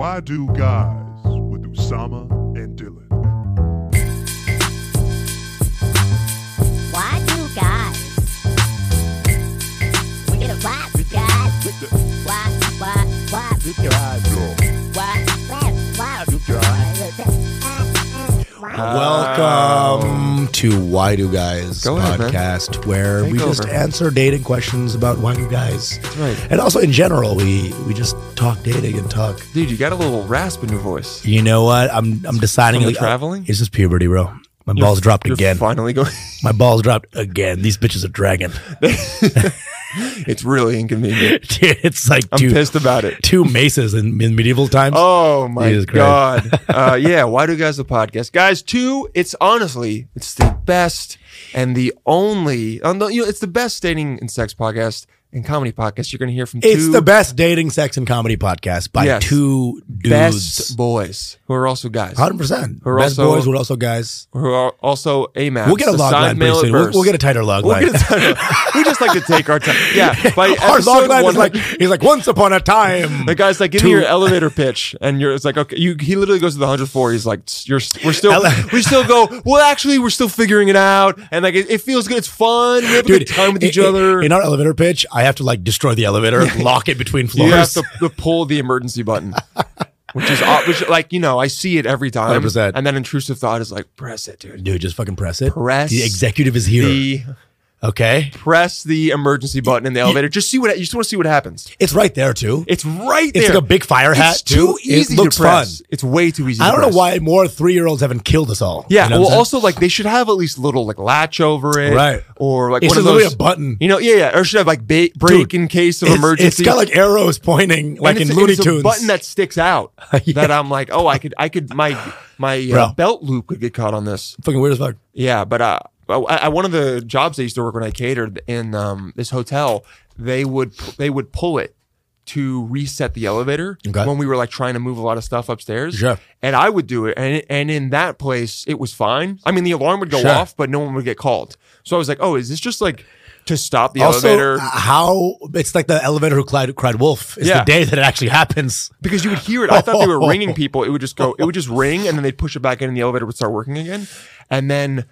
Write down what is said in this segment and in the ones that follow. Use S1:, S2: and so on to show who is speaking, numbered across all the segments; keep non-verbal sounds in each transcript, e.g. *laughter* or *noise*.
S1: Why Do Guys with Usama and Dylan.
S2: Why do guys? We get a why do guys? Why, why, why do guys? Why, why, why do guys?
S3: Welcome to Why Do Guys
S4: Go ahead, man.
S3: podcast, where
S4: Take
S3: we just
S4: over.
S3: answer dating questions about why do guys,
S4: That's right.
S3: and also in general, we we just talk dating and talk.
S4: Dude, you got a little rasp in your voice.
S3: You know what? I'm I'm deciding.
S4: From the traveling?
S3: Is this puberty, bro? My balls dropped
S4: You're
S3: again.
S4: finally going. *laughs*
S3: My balls dropped again. These bitches are dragging.
S4: it's really inconvenient.
S3: *laughs* Dude, it's like
S4: I'm
S3: two
S4: pissed about it.
S3: two maces in, in medieval times.
S4: Oh my
S3: Jesus Christ. *laughs*
S4: god. Uh, yeah, why do guys the podcast? Guys, two, it's honestly, it's the best and the only um, you know, it's the best dating and sex podcast and comedy podcast you're gonna hear from
S3: it's
S4: two
S3: the best dating, sex, and comedy podcast by
S4: Yes.
S3: two
S4: best
S3: dudes.
S4: boys who are also guys.
S3: Hundred percent.
S4: We're
S3: Best
S4: also-
S3: boys, we're also guys.
S4: Who are also AMAPs.
S3: We'll get a log line
S4: assigned
S3: pretty
S4: male
S3: soon. We'll,
S4: adverse.
S3: we'll get a tighter log
S4: *laughs* We'll
S3: line.
S4: get a- we just like to take our time.
S3: *laughs*
S4: Yeah. *laughs* By
S3: Our
S4: episode
S3: log line is
S4: 100
S3: like he's like once upon a time.
S4: The guy's like, give
S3: to-
S4: me your elevator pitch, and you're it's like, okay, you, he literally goes to the 104. He's like, "S- you're st- we're still
S3: Ele-
S4: we still go. Well, actually, we're still figuring it out, and like it, it feels good. It's fun. We have a good time with
S3: i-
S4: each
S3: i-
S4: other.
S3: In our elevator pitch, I have to like destroy the elevator, lock it between
S4: you have
S3: floors.
S4: to, to pull the emergency button, which is au- which like you know I see it every time.
S3: 100%.
S4: And then intrusive thought is like, press it, dude.
S3: Dude, just fucking press it.
S4: Press
S3: The executive is here.
S4: The
S3: okay.
S4: press the emergency button in the elevator. Just see what you just want to see what happens.
S3: It's right there too.
S4: It's right there.
S3: It's like a big fire hat
S4: It's too
S3: too. It
S4: easy
S3: looks
S4: to press. It's way too easy.
S3: I
S4: to
S3: don't know
S4: press.
S3: why more three year olds haven't killed us all.
S4: Yeah.
S3: You know what
S4: well,
S3: I'm saying?
S4: also like they should have at least little like latch over it,
S3: Right.
S4: Or like
S3: It's
S4: one of
S3: literally
S4: those
S3: a button.
S4: You know, yeah, yeah. Or should have like ba- break
S3: Dude,
S4: in case of
S3: It's-
S4: emergency.
S3: It's got like arrows pointing
S4: And
S3: like
S4: it's-
S3: in
S4: and
S3: Looney
S4: it's
S3: Tunes.
S4: A button that sticks out
S3: *laughs* Yeah.
S4: that I'm like, oh, I could, I could, my my
S3: Bro.
S4: uh, belt loop could get caught on this.
S3: fucking weird as fuck.
S4: Yeah, but uh, I, I, one of the jobs I used to work when I catered in um, this hotel, they would they would pull it to reset the elevator
S3: Okay.
S4: when we were like trying to move a lot of stuff upstairs.
S3: Sure.
S4: And I would do it, and and in that place it was fine. I mean, the alarm would go
S3: Sure.
S4: off, but no one would get called. So I was like, oh, is this just like to stop the
S3: also,
S4: elevator?
S3: uh, how it's like the elevator who cried, cried wolf is
S4: Yeah.
S3: the day that it actually happens.
S4: because you would hear it. I thought they
S3: *laughs*
S4: were ringing people. It would just go, it would just ring and then they'd push it back in and the elevator would start working again. And then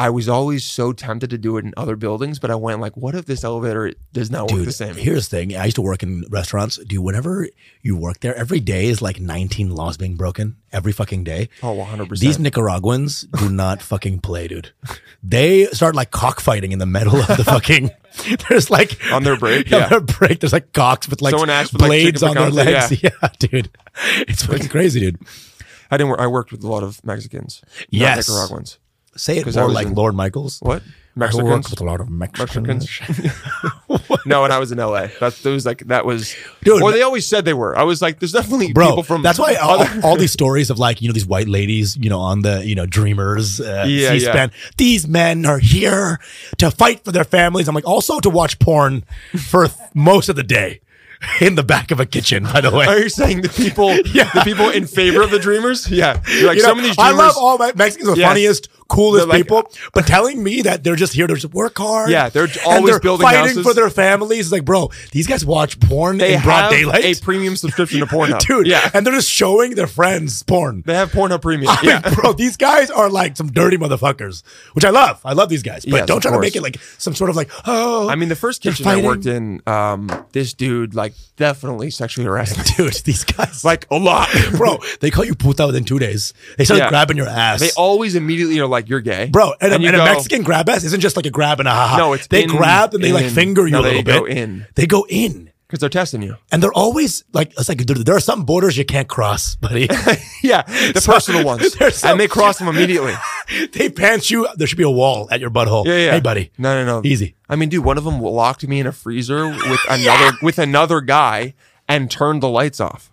S4: I was always so tempted to do it in other buildings, but I went like, what if this elevator does not work
S3: Dude,
S4: the same?
S3: here's the thing. I used to work in restaurants. Dude, whenever you work there, every day is like 19 laws being broken every fucking day.
S4: oh, 100%.
S3: These Nicaraguans do not fucking play, dude. They start like cockfighting in the middle of the fucking. *laughs* There's like
S4: On their
S3: *laughs*
S4: break,
S3: on
S4: yeah.
S3: their break. There's like cocks with like
S4: Someone asked for, like,
S3: blades
S4: chicken
S3: on their
S4: picanha,
S3: legs. *laughs* Yeah. dude, it's fucking crazy, dude.
S4: I didn't work. I worked with a lot of Mexicans. not
S3: Yes.
S4: Nicaraguans.
S3: Say it
S4: 'Cause I
S3: more
S4: was
S3: like
S4: in-
S3: Lord Michaels. I
S4: What?
S3: work
S4: Mexicans?
S3: with a lot of Mexicans.
S4: Mexicans. no, and I was in LA. That's that was like that was.
S3: Dude,
S4: well, they always said they were. I was like, there's definitely
S3: bro.
S4: people from.
S3: that's why all,
S4: other-
S3: all these stories of like you know these white ladies you know on the you know Dreamers uh,
S4: Yeah, yeah.
S3: C-SPAN. These men are here to fight for their families. I'm like also to watch porn for th- most of the day *laughs* in the back of a kitchen. By the way,
S4: *laughs* Are you saying the people,
S3: *laughs* Yeah.
S4: the people in favor of the dreamers? Yeah, You're like
S3: You know,
S4: some of these.
S3: I
S4: Dreamers,
S3: love all my Mexicans, are the
S4: Yes.
S3: funniest, coolest
S4: They're like-
S3: people. But telling me that they're just here to just work hard.
S4: Yeah, they're
S3: and
S4: always building
S3: fighting
S4: houses.
S3: for their families. It's like, bro, these guys watch porn
S4: They
S3: in broad
S4: have
S3: daylight.
S4: a
S3: *laughs*
S4: premium subscription to Pornhub,
S3: Dude,
S4: Yeah,
S3: and Oh they're just showing their friends porn.
S4: they have Pornhub Premium.
S3: *laughs* I mean,
S4: yeah,
S3: bro, these guys are like some dirty motherfuckers, which I love. I love these guys, but
S4: Yes,
S3: don't
S4: of
S3: try to make
S4: course.
S3: it like some sort of like, oh,
S4: I mean the first
S3: they're
S4: kitchen I worked
S3: fighting.
S4: in, um, this dude like definitely
S3: *laughs*
S4: sexually harassed me,
S3: *laughs* dude, these guys,
S4: like a lot,
S3: bro, they call you puta within two days. They start
S4: Yeah.
S3: grabbing your ass.
S4: They always immediately are like, "You're gay,
S3: Bro, and, a,
S4: you
S3: and a
S4: go-
S3: Mexican grab ass isn't just like a grab and a ha ha.
S4: No, it's
S3: they
S4: in-
S3: grab and they like
S4: in.
S3: finger you
S4: No,
S3: a little
S4: they
S3: bit.
S4: go in.
S3: They go in,
S4: because they're testing you."
S3: and they're always like, it's like dude, there are some borders you can't cross, *laughs*
S4: *laughs*
S3: buddy.
S4: Yeah, the
S3: So-
S4: personal ones,
S3: they're so-
S4: and they cross them immediately.
S3: they pants you. There should be a wall at your butthole.
S4: Yeah, yeah.
S3: Hey, buddy.
S4: No, no, no.
S3: Easy.
S4: I mean, dude, one of them locked me in a freezer with another with another guy, and turned the lights off.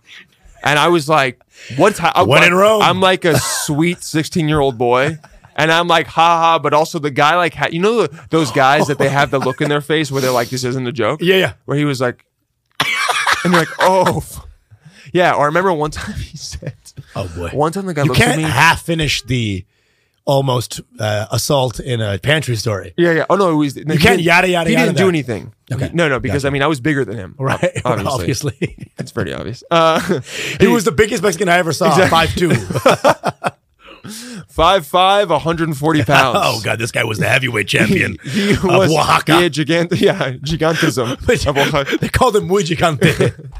S4: And I was like, what's ha- I'm
S3: When in
S4: like-
S3: Rome.
S4: I'm like a
S3: *laughs*
S4: sweet 16 year old boy. And I'm like, ha ha. But also the guy, like, ha- you know, the, those guys that they have the look in their face where they're like, this isn't a joke?
S3: Yeah, yeah.
S4: Where he was like, *laughs* and you're like, oh. f- Yeah. Or I remember one time he said,
S3: Oh boy.
S4: one time the guy
S3: you
S4: looked at
S3: can't
S4: me.
S3: half finish the almost uh, assault in a pantry
S4: *laughs*
S3: story.
S4: Yeah, yeah. Oh no, it was, you
S3: can't yada, yada,
S4: He
S3: yada
S4: didn't do
S3: that.
S4: anything.
S3: Okay.
S4: No, no, because I mean I was bigger than him.
S3: Right.
S4: Obviously.
S3: *laughs* Obviously.
S4: It's pretty obvious. Uh,
S3: he was the biggest Mexican I ever saw. Five two.
S4: *laughs* five five, 140 pounds.
S3: *laughs* oh god, this guy was the heavyweight champion
S4: *laughs* He
S3: of
S4: was
S3: Oaxaca.
S4: He had gigant, *laughs* yeah, gigantism.
S3: *laughs*
S4: of Oaxaca.
S3: they called him Muy
S4: *laughs*
S3: Gigante.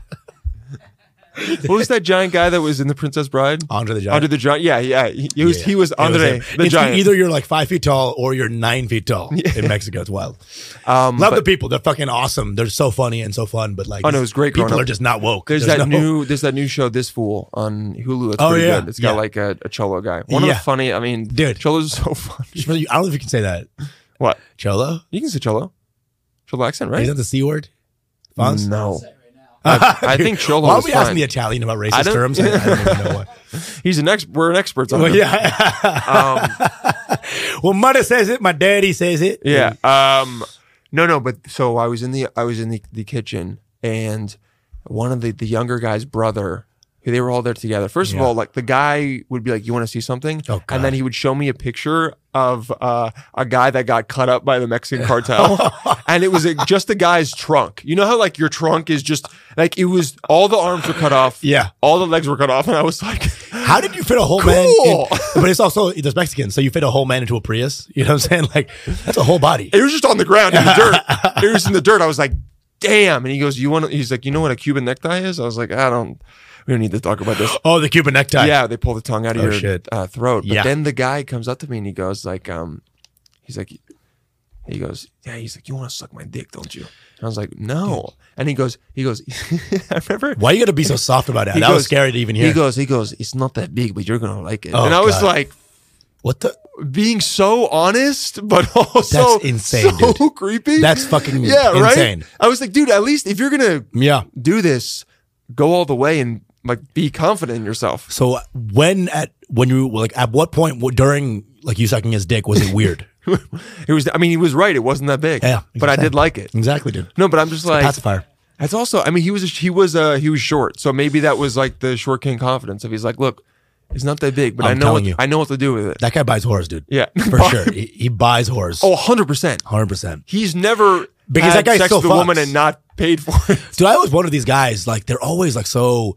S4: what was that giant guy that was in the Princess Bride?
S3: Andre the Giant.
S4: Andre the Giant. Yeah, yeah. He, he was he was
S3: It him.
S4: Andre the
S3: It's e-
S4: Giant.
S3: Either you're like five feet tall or you're nine feet
S4: *laughs*
S3: tall in Mexico. It's wild.
S4: Mm, Um,
S3: Love the people. They're fucking awesome. They're so funny and so fun. But like,
S4: Oh, no, it was great growing
S3: People are
S4: up.
S3: just not woke.
S4: There's, that
S3: no-
S4: new there's that new show This Fool on Hulu. It's
S3: Oh,
S4: pretty
S3: yeah,
S4: good. It's got
S3: yeah.
S4: like a, a cholo guy. One of
S3: Yeah.
S4: the funny. I mean,
S3: Dude.
S4: cholos are so *laughs*
S3: *laughs*
S4: funny.
S3: I don't know if you can say that.
S4: What?
S3: Cholo.
S4: You can say cholo. Cholo accent, right?
S3: Is that the c word? Fonz? Uh,
S4: No. I, *laughs* I think Cholo
S3: Why are
S4: is
S3: we asking
S4: fine.
S3: the Italian about
S4: I
S3: racist
S4: don't-
S3: terms? I, I don't even know
S4: *laughs*
S3: what.
S4: He's an ex- We're an experts on
S3: Well,
S4: him.
S3: yeah.
S4: Um,
S3: *laughs* Well, mother says it. My daddy says it.
S4: yeah. Um, no, no. But so I was in the I was in the, the kitchen, and one of the the younger guy's brother. They were all there together. First of all, like the guy would be like, "You want to see something?"
S3: Oh, God.
S4: and then he would show me a picture of uh, a guy that got cut up by the
S3: *laughs*
S4: Mexican cartel, and it was a, just the guy's trunk. You know how like your trunk is just like it was all the arms were cut off,
S3: Yeah.
S4: all the legs were cut off, and I was like, *laughs*
S3: How did you fit a whole man? In,
S4: Cool.
S3: *laughs* but it's also there's Mexicans, so you fit a whole man into a Prius. You know what I'm saying? *laughs* Like that's a whole body.
S4: It was just on the ground in the
S3: *laughs*
S4: dirt. It was in the dirt. I was like, damn. And he goes, You want to? He's like, You know what a Cuban necktie is? I was like, I don't, we don't need to talk about this.
S3: *gasps* Oh, the Cuban necktie.
S4: yeah, they pull the tongue out of
S3: Oh,
S4: your
S3: shit.
S4: Uh, throat. But
S3: Yeah.
S4: then the guy comes up to me and he goes, like, um, he's like, he goes, yeah, he's like, you want to suck my dick, don't you? And I was like, no. And he goes, he goes, *laughs* I remember
S3: Why you gotta be so soft about it?
S4: he
S3: That was
S4: goes-
S3: scary to even
S4: He
S3: hear.
S4: goes, he goes, it's not that big, but you're gonna like it.
S3: Oh,
S4: and I was
S3: God.
S4: like,
S3: what the?
S4: being so honest, but *laughs* also
S3: That's insane,
S4: so
S3: dude.
S4: *laughs* creepy.
S3: That's fucking
S4: *laughs* yeah, right.
S3: insane.
S4: I was like, dude, at least if you're gonna
S3: Yeah.
S4: do this, go all the way and like be confident in yourself. *laughs*
S3: So when at when you like at what point w- during like you sucking his dick was it
S4: *laughs*
S3: weird?
S4: It was, I mean, he was right. It wasn't that big.
S3: Yeah,
S4: but I
S3: exactly.
S4: did like it.
S3: exactly, dude.
S4: No, but I'm just like
S3: Pacifier.
S4: that's also. I mean, he was a, he was uh he was short, so maybe that was like the short king confidence. If he's like, look, it's not that big, but i
S3: I'm
S4: know
S3: telling
S4: what,
S3: you.
S4: I know what to do with it.
S3: That guy buys whores, dude.
S4: Yeah.
S3: *laughs* for sure. He, he buys whores.
S4: Oh, 100 percent.
S3: hundred percent.
S4: He's never
S3: Because that
S4: had
S3: guy
S4: sex
S3: still
S4: with a woman
S3: fucks.
S4: and not paid for it.
S3: Dude, I always wonder these guys, like, they're always like so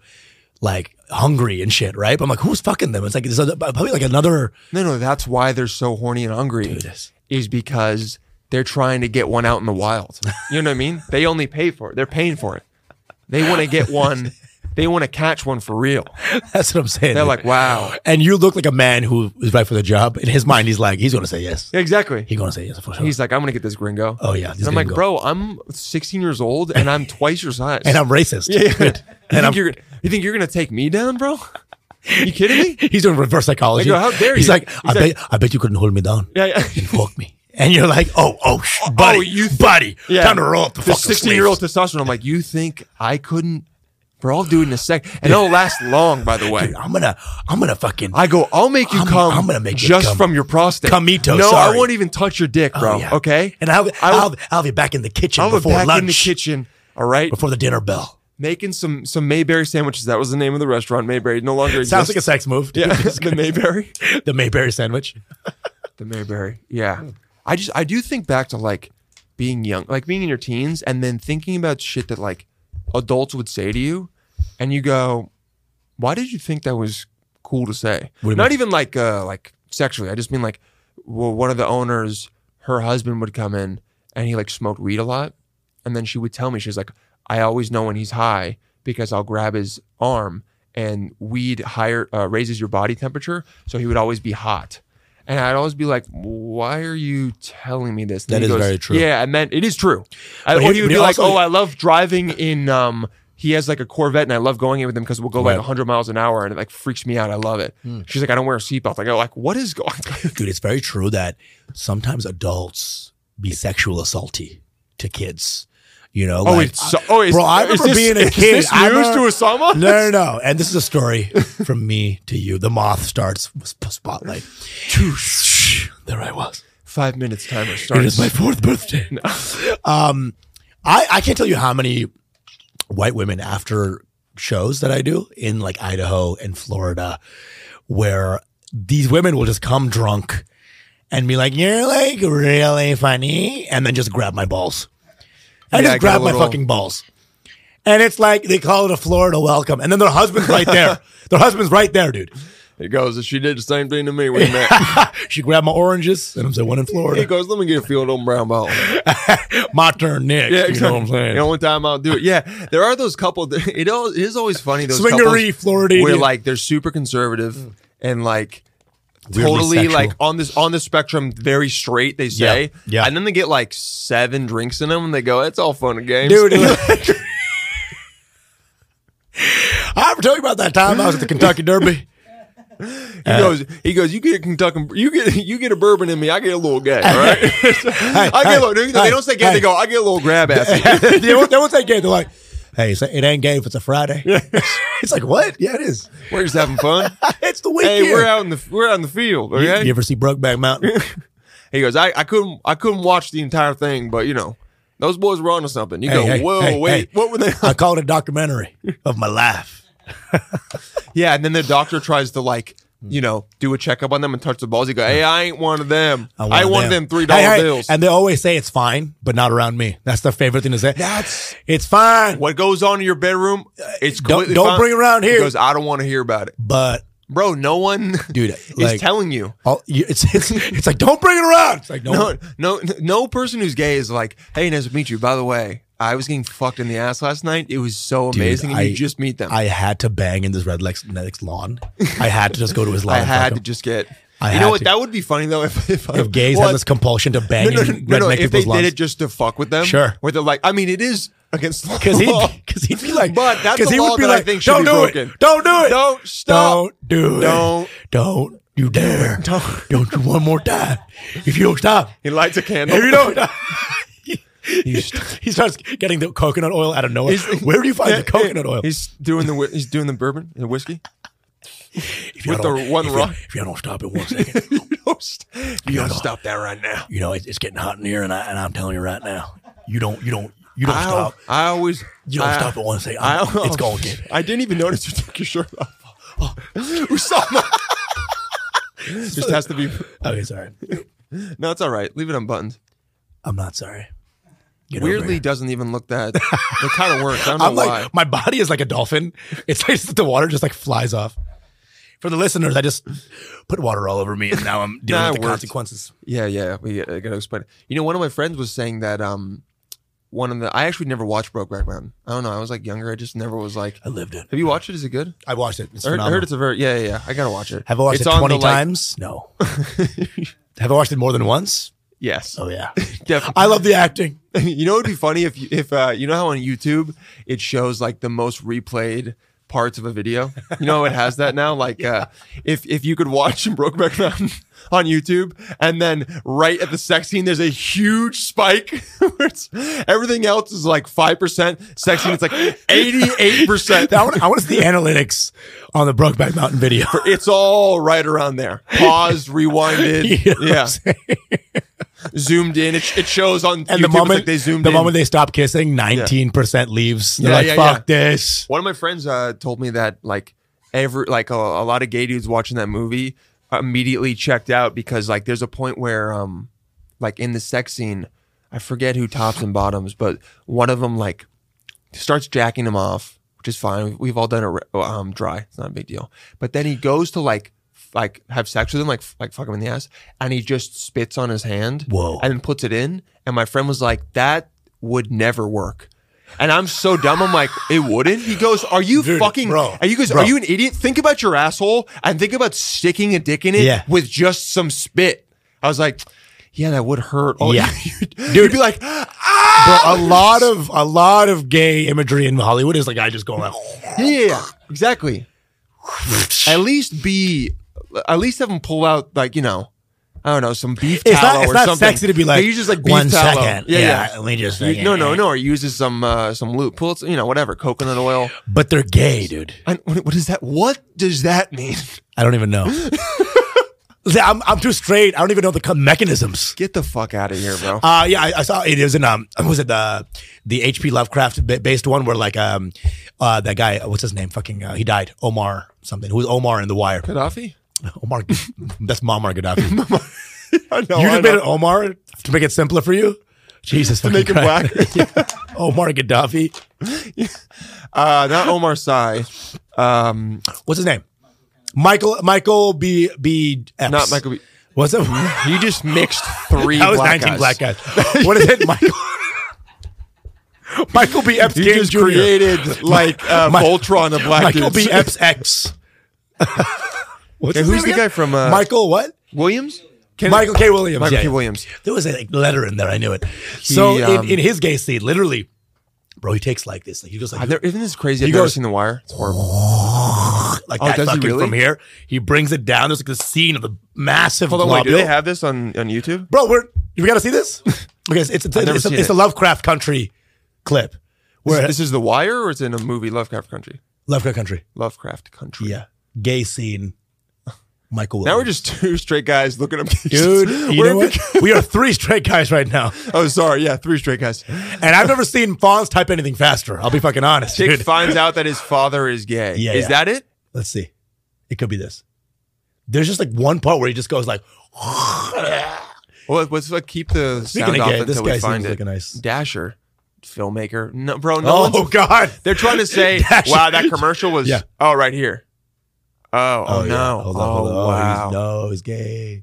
S3: like hungry and shit, right? But I'm like, who's fucking them? It's like there's other- probably like another *laughs*
S4: No, no, that's why they're so horny and hungry.
S3: this.
S4: Is because they're trying to get one out in the wild. You know what
S3: *laughs*
S4: I mean? They only pay for it. They're paying for it. They want to get one. They want to catch one for real.
S3: that's what I'm saying.
S4: They're
S3: dude.
S4: like, wow.
S3: and you look like a man who is right for the job. In his mind, he's like, he's gonna say yes.
S4: Exactly.
S3: He's gonna say yes for sure.
S4: He's like, I'm gonna get this gringo.
S3: Oh, yeah,
S4: And
S3: this
S4: I'm like,
S3: gringo.
S4: bro, I'm 16 years old and I'm twice your size.
S3: *laughs* and I'm racist.
S4: yeah. You
S3: *laughs* And
S4: think
S3: I'm-
S4: you're gonna- you think you're gonna take me down, bro? You kidding me?
S3: He's doing reverse psychology.
S4: They go, "How dare
S3: he's
S4: you?"
S3: like, I
S4: He's
S3: bet, I bet you couldn't hold me down.
S4: Yeah, yeah.
S3: You fuck me. And you're like, oh, oh, sh- buddy,
S4: you think-
S3: buddy, *laughs* time to roll up the,
S4: The
S3: fucking
S4: 16 year old testosterone. I'm like, you think I couldn't? Bro, I'll do it in a sec. And it'll last long, by the way.
S3: sleeves. I'm gonna, I'm gonna fucking.
S4: I go, I'll make you
S3: I'm-
S4: come.
S3: I'm gonna make you
S4: just
S3: come.
S4: from your prostate.
S3: Comito,
S4: No,
S3: sorry.
S4: I won't even touch your dick, bro.
S3: oh, yeah.
S4: Okay,
S3: And I'll, I'll,
S4: I'll-
S3: I'll, be back in the kitchen
S4: I'll be
S3: before
S4: back
S3: lunch,
S4: in the kitchen. All right,
S3: before the dinner bell.
S4: making some some Mayberry sandwiches. That was the name of the restaurant. Mayberry no longer exists.
S3: Sounds like a sex move. dude. *laughs*
S4: yeah, *laughs* the Mayberry.
S3: the Mayberry sandwich.
S4: The Mayberry.
S3: Oh.
S4: Yeah, I just I do think back to like being young, like being in your teens, and then thinking about shit that like adults would say to you, and you go, "Why did you think that was cool to say?"
S3: What do you
S4: Not
S3: mean?
S4: even like uh like sexually. I just mean like, well, one of the owners, her husband would come in, and he like smoked weed a lot, and then she would tell me, she's like, "I always know when he's high because I'll grab his arm." And weed higher uh, raises your body temperature, so he would always be hot. And I'd always be like, "Why are you telling me this?" And
S3: That
S4: he
S3: is very true.
S4: Yeah, I meant it is true. I,
S3: But
S4: or
S3: here-
S4: he would
S3: but
S4: be
S3: he
S4: like,
S3: also-
S4: "Oh, I love driving in." Um, he has like a Corvette, and I love going in with him because we'll go like
S3: Right. Hmm.
S4: 100 miles an hour, and it like freaks me out. I love it. She's like, "I don't wear a seatbelt." I go, *laughs* "Like, what is going?"
S3: Dude, it's very true that sometimes adults be sexual assaulty to kids. You know,
S4: Oh,
S3: like,
S4: it's so, oh, is,
S3: bro, I remember
S4: is this,
S3: being a
S4: is
S3: kid.
S4: This
S3: I
S4: news to
S3: remember- *laughs*
S4: Osama?
S3: No, no,
S4: *laughs*
S3: no. And this is a story from me to you. The moth starts *laughs* sp- spotlight. there I was.
S4: Five minutes timer
S3: It
S4: starts.
S3: is my fourth birthday.
S4: *laughs*
S3: Um, I I can't tell you how many white women after shows that I do in like Idaho and Florida, where these women will just come drunk and be like, "You're like really funny," and then just grab my balls. I
S4: Yeah, I
S3: just
S4: get
S3: grab
S4: a
S3: my
S4: little-
S3: fucking balls. And it's like they call it a Florida welcome, and then their husband's
S4: *laughs*
S3: right there. their husband's right there, dude.
S4: He goes, she did the same thing to me when *laughs* we met.
S3: She grabbed my oranges, and I'm saying one in
S4: He
S3: Florida.
S4: goes, let me get a field on brown ball.
S3: My turn next.
S4: *laughs* Yeah,
S3: You know what I'm saying?
S4: The only time I'll do it. Yeah, there are those couple. *laughs* It al- it is always funny those
S3: Swingery
S4: couples
S3: Floridian.
S4: where like they're super conservative and like
S3: Weirdly
S4: totally
S3: sexual.
S4: like on this on the spectrum, very straight. They say,
S3: yeah.
S4: and then they get like seven drinks in them, and they go, "It's all fun and games,
S3: dude. I'm talking about that time *laughs* I was at the Kentucky
S4: *laughs*
S3: Derby.
S4: *laughs* He goes, he goes, you get a Kentucky, you get *laughs* you get a bourbon in me, I get a little gay, all right? *laughs* I get a little. They,
S3: hey,
S4: don't say gay, they
S3: hey.
S4: go, I get a little
S3: *laughs*
S4: grab ass. in you."
S3: they, won't, they won't say gay. They're like, hey, it's- it ain't gay if it's a Friday. *laughs* it's like, what? Yeah, it is.
S4: *laughs* we're just having
S3: *laughs*
S4: fun.
S3: It's the
S4: hey,
S3: weekend.
S4: we're out in the we're out in the field.
S3: You-
S4: Okay.
S3: You ever see Brokeback Mountain?
S4: He goes, I, I couldn't I couldn't watch the entire thing, but you know, those boys were onto something. *laughs* You
S3: Hey,
S4: go,
S3: hey,
S4: whoa,
S3: hey,
S4: wait,
S3: hey.
S4: what were
S3: *laughs*
S4: they?
S3: I called it a documentary of my life.
S4: yeah, and then the doctor tries to like.
S3: Hmm.
S4: You know, do a checkup on them and touch the balls. You go, hey, I ain't one of them. I,
S3: want
S4: want them three dollar
S3: Hey, hey,
S4: bills.
S3: And they always say it's fine, but not around me. That's their favorite thing to say.
S4: That's-
S3: it's fine,
S4: what goes on in your bedroom? It's
S3: Uh, don't-
S4: completely
S3: don't
S4: fine.
S3: bring it around
S4: He
S3: here.
S4: goes, I don't want to hear about it,
S3: but
S4: bro. No one *laughs*
S3: dude,
S4: is
S3: like,
S4: telling you.
S3: all, you it's, it's it's like don't bring it around. It's like no,
S4: No, no, no person who's gay is like, hey, nice to meet you. By the way, I was getting fucked in the ass last night. It was so
S3: Dude,
S4: amazing. and
S3: I-
S4: you just meet them.
S3: I had to bang in this red Lex, Lex lawn. I had to just go to his lawn.
S4: *laughs* I
S3: and
S4: had
S3: fuck
S4: to
S3: him.
S4: just get.
S3: I
S4: you know
S3: had
S4: what?
S3: to.
S4: That would be funny though if if, I-
S3: If gays
S4: well,
S3: have this compulsion to bang
S4: no, no,
S3: in
S4: no,
S3: redneck
S4: no, no, if they
S3: people's
S4: did it
S3: lawns,
S4: just to fuck with them,
S3: Sure.
S4: Where they're like, I mean, it is
S3: *laughs*
S4: against the *laughs*
S3: because
S4: law.
S3: he'd because he'd be like,
S4: but that's
S3: 'cause
S4: the
S3: he
S4: law
S3: would be
S4: that I
S3: like,
S4: think should
S3: don't
S4: be
S3: do
S4: broken.
S3: it, don't do it,
S4: Don't stop.
S3: don't do it,
S4: Don't.
S3: don't you dare,
S4: *laughs*
S3: don't, don't you one more time. If you don't stop,
S4: He lights a candle.
S3: if you
S4: *laughs*
S3: don't. He, *laughs* he starts getting the coconut oil out of nowhere.
S4: He's-
S3: *laughs* Where do you
S4: *laughs*
S3: find the coconut oil?
S4: He's doing the whi- he's doing the bourbon
S3: *laughs*
S4: and whiskey. *laughs*
S3: If you
S4: with
S3: don't-
S4: the one
S3: if you-
S4: rock.
S3: If you don't stop it one second,
S4: you don't st- you gotta stop that right now.
S3: you know it's, it's getting hot in here, and I and I'm telling you right now, you don't you don't you don't
S4: I,
S3: stop.
S4: I always
S3: You don't
S4: I-
S3: stop at one second.
S4: I,
S3: I'm- it's going to
S4: *laughs* I didn't even notice you took your shirt off. Oh, Usama. Just has to be.
S3: Okay, sorry.
S4: No, it's all right. Leave it unbuttoned.
S3: I'm not sorry. Get over
S4: Weirdly,
S3: it.
S4: doesn't even
S3: *laughs*
S4: look that. It kind of works. I don't know
S3: I'm like
S4: why.
S3: my body is like a dolphin. It's like *laughs* the water just like flies off. For the listeners, I just put water all over me, and now
S4: *laughs*
S3: I'm dealing
S4: Nah,
S3: with
S4: it
S3: the
S4: worked.
S3: consequences.
S4: Yeah, yeah. We I gotta explain. it. You know, one of my friends was saying that um, one of the I actually never watched Brokeback Mountain. I don't know. I was like younger. I just never was like.
S3: I lived it.
S4: Have you watched it? Is it good?
S3: I watched it. It's
S4: I heard, I
S3: phenomenal.
S4: heard it's a very yeah, yeah. yeah. I gotta watch it.
S3: Have I watched
S4: It's
S3: it
S4: on
S3: 20
S4: the, like-
S3: times?
S4: *laughs*
S3: No. Have I watched it more than once?
S4: yes,
S3: Oh
S4: *laughs*
S3: yeah.
S4: definitely.
S3: I love the acting.
S4: *laughs* you know, it'd be funny if you- if uh, you know how on YouTube it shows like the most replayed parts of a video. You know, it has that
S3: *laughs*
S4: now. Like uh, if if you could watch *laughs* Brokeback Mountain on YouTube, and then right at the sex scene, there's a huge spike. *laughs* where it's, everything else is like five percent. Sex scene, it's like
S3: *laughs*
S4: eighty eight percent.
S3: I want, I want to see the analytics on the Brokeback Mountain video.
S4: *laughs* It's all right around there. Paused,
S3: *laughs*
S4: rewinded,
S3: You know what I'm
S4: yeah,
S3: saying?
S4: zoomed in. It, it shows on
S3: And
S4: YouTube,
S3: the
S4: it's like
S3: moment
S4: they zoomed
S3: the
S4: in.
S3: moment they stop kissing, nineteen percent leaves. They're
S4: Yeah,
S3: like,
S4: yeah,
S3: "Fuck this."
S4: One of my friends uh, told me that like every like a, a lot of gay dudes watching that movie immediately checked out because like there's a point where um like in the sex scene I forget who tops and bottoms but one of them like starts jacking him off which is fine we've all done it re- um dry it's not a big deal but then he goes to like f- like have sex with him like f- like fuck him in the ass and he just spits on his hand
S3: Whoa.
S4: and then puts it in and my friend was like that would never work and I'm so dumb. I'm like, it wouldn't. He goes, "Are you
S3: Dude,
S4: fucking?
S3: bro,
S4: are you guys?
S3: bro.
S4: Are you an idiot? Think about your asshole and think about sticking a dick in it
S3: Yeah.
S4: with just some spit." I was like, "Yeah, that would hurt." Oh,
S3: Yeah.
S4: *laughs* you'd, you'd be like,
S3: Bro,
S4: "Ah,
S3: a lot of a lot of gay imagery in Hollywood is like I just going like,
S4: yeah, yeah,
S3: *laughs*
S4: yeah, exactly." At least be, at least have him pull out like you know, I don't know, some beef
S3: It's
S4: tallow
S3: not, it's
S4: or
S3: not
S4: something.
S3: sexy to be like,
S4: they use just like beef
S3: one
S4: tallow.
S3: second.
S4: Yeah, yeah.
S3: Let me just.
S4: You- no, no, no. Or uses some uh, some loot. Pull it, you know, whatever. Coconut oil.
S3: But they're gay, dude.
S4: I, what, what is that? What does that mean? *laughs*
S3: I don't even know. See, I'm, I'm too straight. I don't even know the co- mechanisms.
S4: Get the fuck out of here, bro.
S3: Uh, yeah, I, I saw it is in um, *laughs* was it the the H.P. Lovecraft ba- based one where like um, uh, that guy, what's his name? Fucking, uh, he died. Omar something. Who was Omar in The Wire?
S4: Gaddafi?
S3: *laughs* Omar, that's Muammar
S4: *laughs*
S3: Gaddafi.
S4: I know,
S3: you
S4: I
S3: just made
S4: know.
S3: it
S4: *laughs*
S3: Omar to make it simpler for you. Jesus, to
S4: make
S3: *laughs*
S4: him
S3: Omar Gaddafi.
S4: Uh, not Omar Sy. Um,
S3: What's his name? Michael Michael B B. Epps.
S4: not Michael. *laughs* B.
S3: What's it? *laughs*
S4: You just mixed three.
S3: That was
S4: black
S3: 19
S4: guys.
S3: black
S4: *laughs*
S3: guys. What is it, Michael? *laughs* Michael B. Epps
S4: You
S3: Gaines
S4: just
S3: Jr. *laughs*
S4: created like uh,
S3: Mi-
S4: Voltron of black
S3: Michael
S4: dudes.
S3: B.
S4: *laughs*
S3: Epps X. *laughs* What's
S4: Yeah,
S3: his
S4: who's
S3: name
S4: the guy
S3: again?
S4: from, uh,
S3: Michael what?
S4: Williams? Can-
S3: Michael K. Williams.
S4: Michael
S3: yeah,
S4: K.
S3: yeah.
S4: Williams.
S3: There was a like, letter in there. I knew it. so
S4: He,
S3: in,
S4: um,
S3: in his gay scene, literally, bro, he takes like this. Like, he goes like, *clears throat*
S4: I've never, isn't this crazy? I've
S3: He
S4: never
S3: goes-
S4: seen The Wire. It's horrible.
S3: like
S4: Oh,
S3: that
S4: does he
S3: fucking
S4: really?
S3: from here. He brings it down. There's like this scene of the massive.
S4: Hold on, wait. Do they
S3: globule.
S4: have this on, on YouTube?
S3: bro, we're we gotta see
S4: *laughs*
S3: this. Okay, it's it's, it's,
S4: never
S3: it's,
S4: seen
S3: a, it's
S4: it.
S3: a Lovecraft Country clip. Where
S4: This is The Wire or it's in a movie, Lovecraft Country?
S3: Lovecraft Country.
S4: Lovecraft Country.
S3: Yeah, gay scene. Michael.
S4: Now we're
S3: Williams.
S4: just *laughs* two straight guys looking up. *laughs*
S3: dude. You
S4: We're
S3: know what? we are three straight guys right now,
S4: Oh, sorry. Yeah, three
S3: *laughs*
S4: straight guys.
S3: and I've never seen Fonz type anything faster. I'll be fucking honest,
S4: Jake
S3: dude.
S4: finds out that his father is gay.
S3: Yeah,
S4: is
S3: yeah.
S4: that it?
S3: Let's see. It could be this. There's just like one part where he just goes like,
S4: Well, let's like keep the
S3: Speaking
S4: sound
S3: of
S4: off
S3: gay,
S4: until
S3: this
S4: we
S3: guy
S4: find
S3: seems
S4: it.
S3: like a nice-
S4: Dasher, filmmaker. No, bro, no
S3: "Oh
S4: one's.
S3: God."
S4: They're
S3: *laughs*
S4: trying to say,
S3: Dasher.
S4: "Wow, that commercial was
S3: Yeah.
S4: oh right here." Oh, oh, no!
S3: yeah. Hold on, hold
S4: oh
S3: on. Oh, he's-
S4: wow! Oh,
S3: no, he's gay.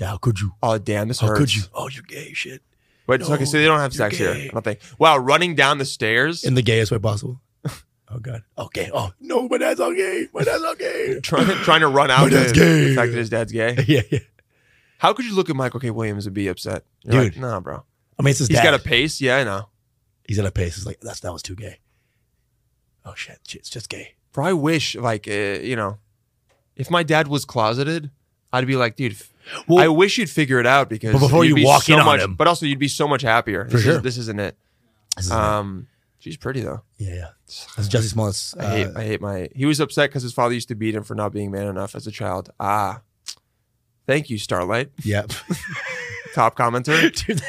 S3: How could you?
S4: damn, this
S3: How
S4: hurts.
S3: could you? Oh, you're gay. Shit.
S4: Wait, so- okay, so they don't have
S3: you're
S4: sex
S3: gay.
S4: here. I don't think. Wow, running down the stairs,
S3: In the gayest way possible. Oh God. Oh gay. Oh no, my dad's all gay. My dad's all
S4: *laughs*
S3: gay.
S4: *laughs* trying, trying to run out.
S3: dad's
S4: the-
S3: gay.
S4: The fact that his dad's gay.
S3: *laughs* yeah, yeah.
S4: How could you look at Michael K. Williams and be upset, You're
S3: Dude.
S4: Like, nah, bro.
S3: I mean, it's his
S4: He's
S3: dad.
S4: got a pace. Yeah, I know.
S3: He's at a pace. He's like, that's that was too gay. Oh shit, shit it's just gay.
S4: Bro, I wish, like, uh, you know, if my dad was closeted, I'd be like, dude, f-
S3: Well-
S4: I wish you'd figure it out because
S3: But before
S4: you'd
S3: you
S4: be
S3: walk
S4: so
S3: in on
S4: much,
S3: him.
S4: but also you'd be so much happier.
S3: For
S4: this
S3: sure.
S4: Is, this isn't it.
S3: This is-
S4: Um, she's pretty though.
S3: yeah, yeah. That's Jesse Smollett's.
S4: I hate,
S3: Uh,
S4: I hate my. He was upset because his father used to beat him for not being man enough as a child. Ah, thank you, Starlight.
S3: yeah.
S4: Top commenter.
S3: *laughs* Dude,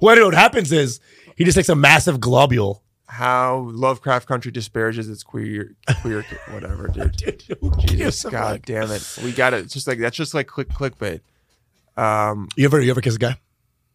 S3: what what happens is he just takes a massive globule.
S4: How Lovecraft Country disparages its queer, queer, whatever,
S3: *laughs*
S4: dude.
S3: Dude, who *laughs*
S4: Jesus,
S3: gives a
S4: God
S3: fuck?
S4: damn it. We got it. Just like that's just like click clickbait. Um,
S3: You ever you ever kiss a guy?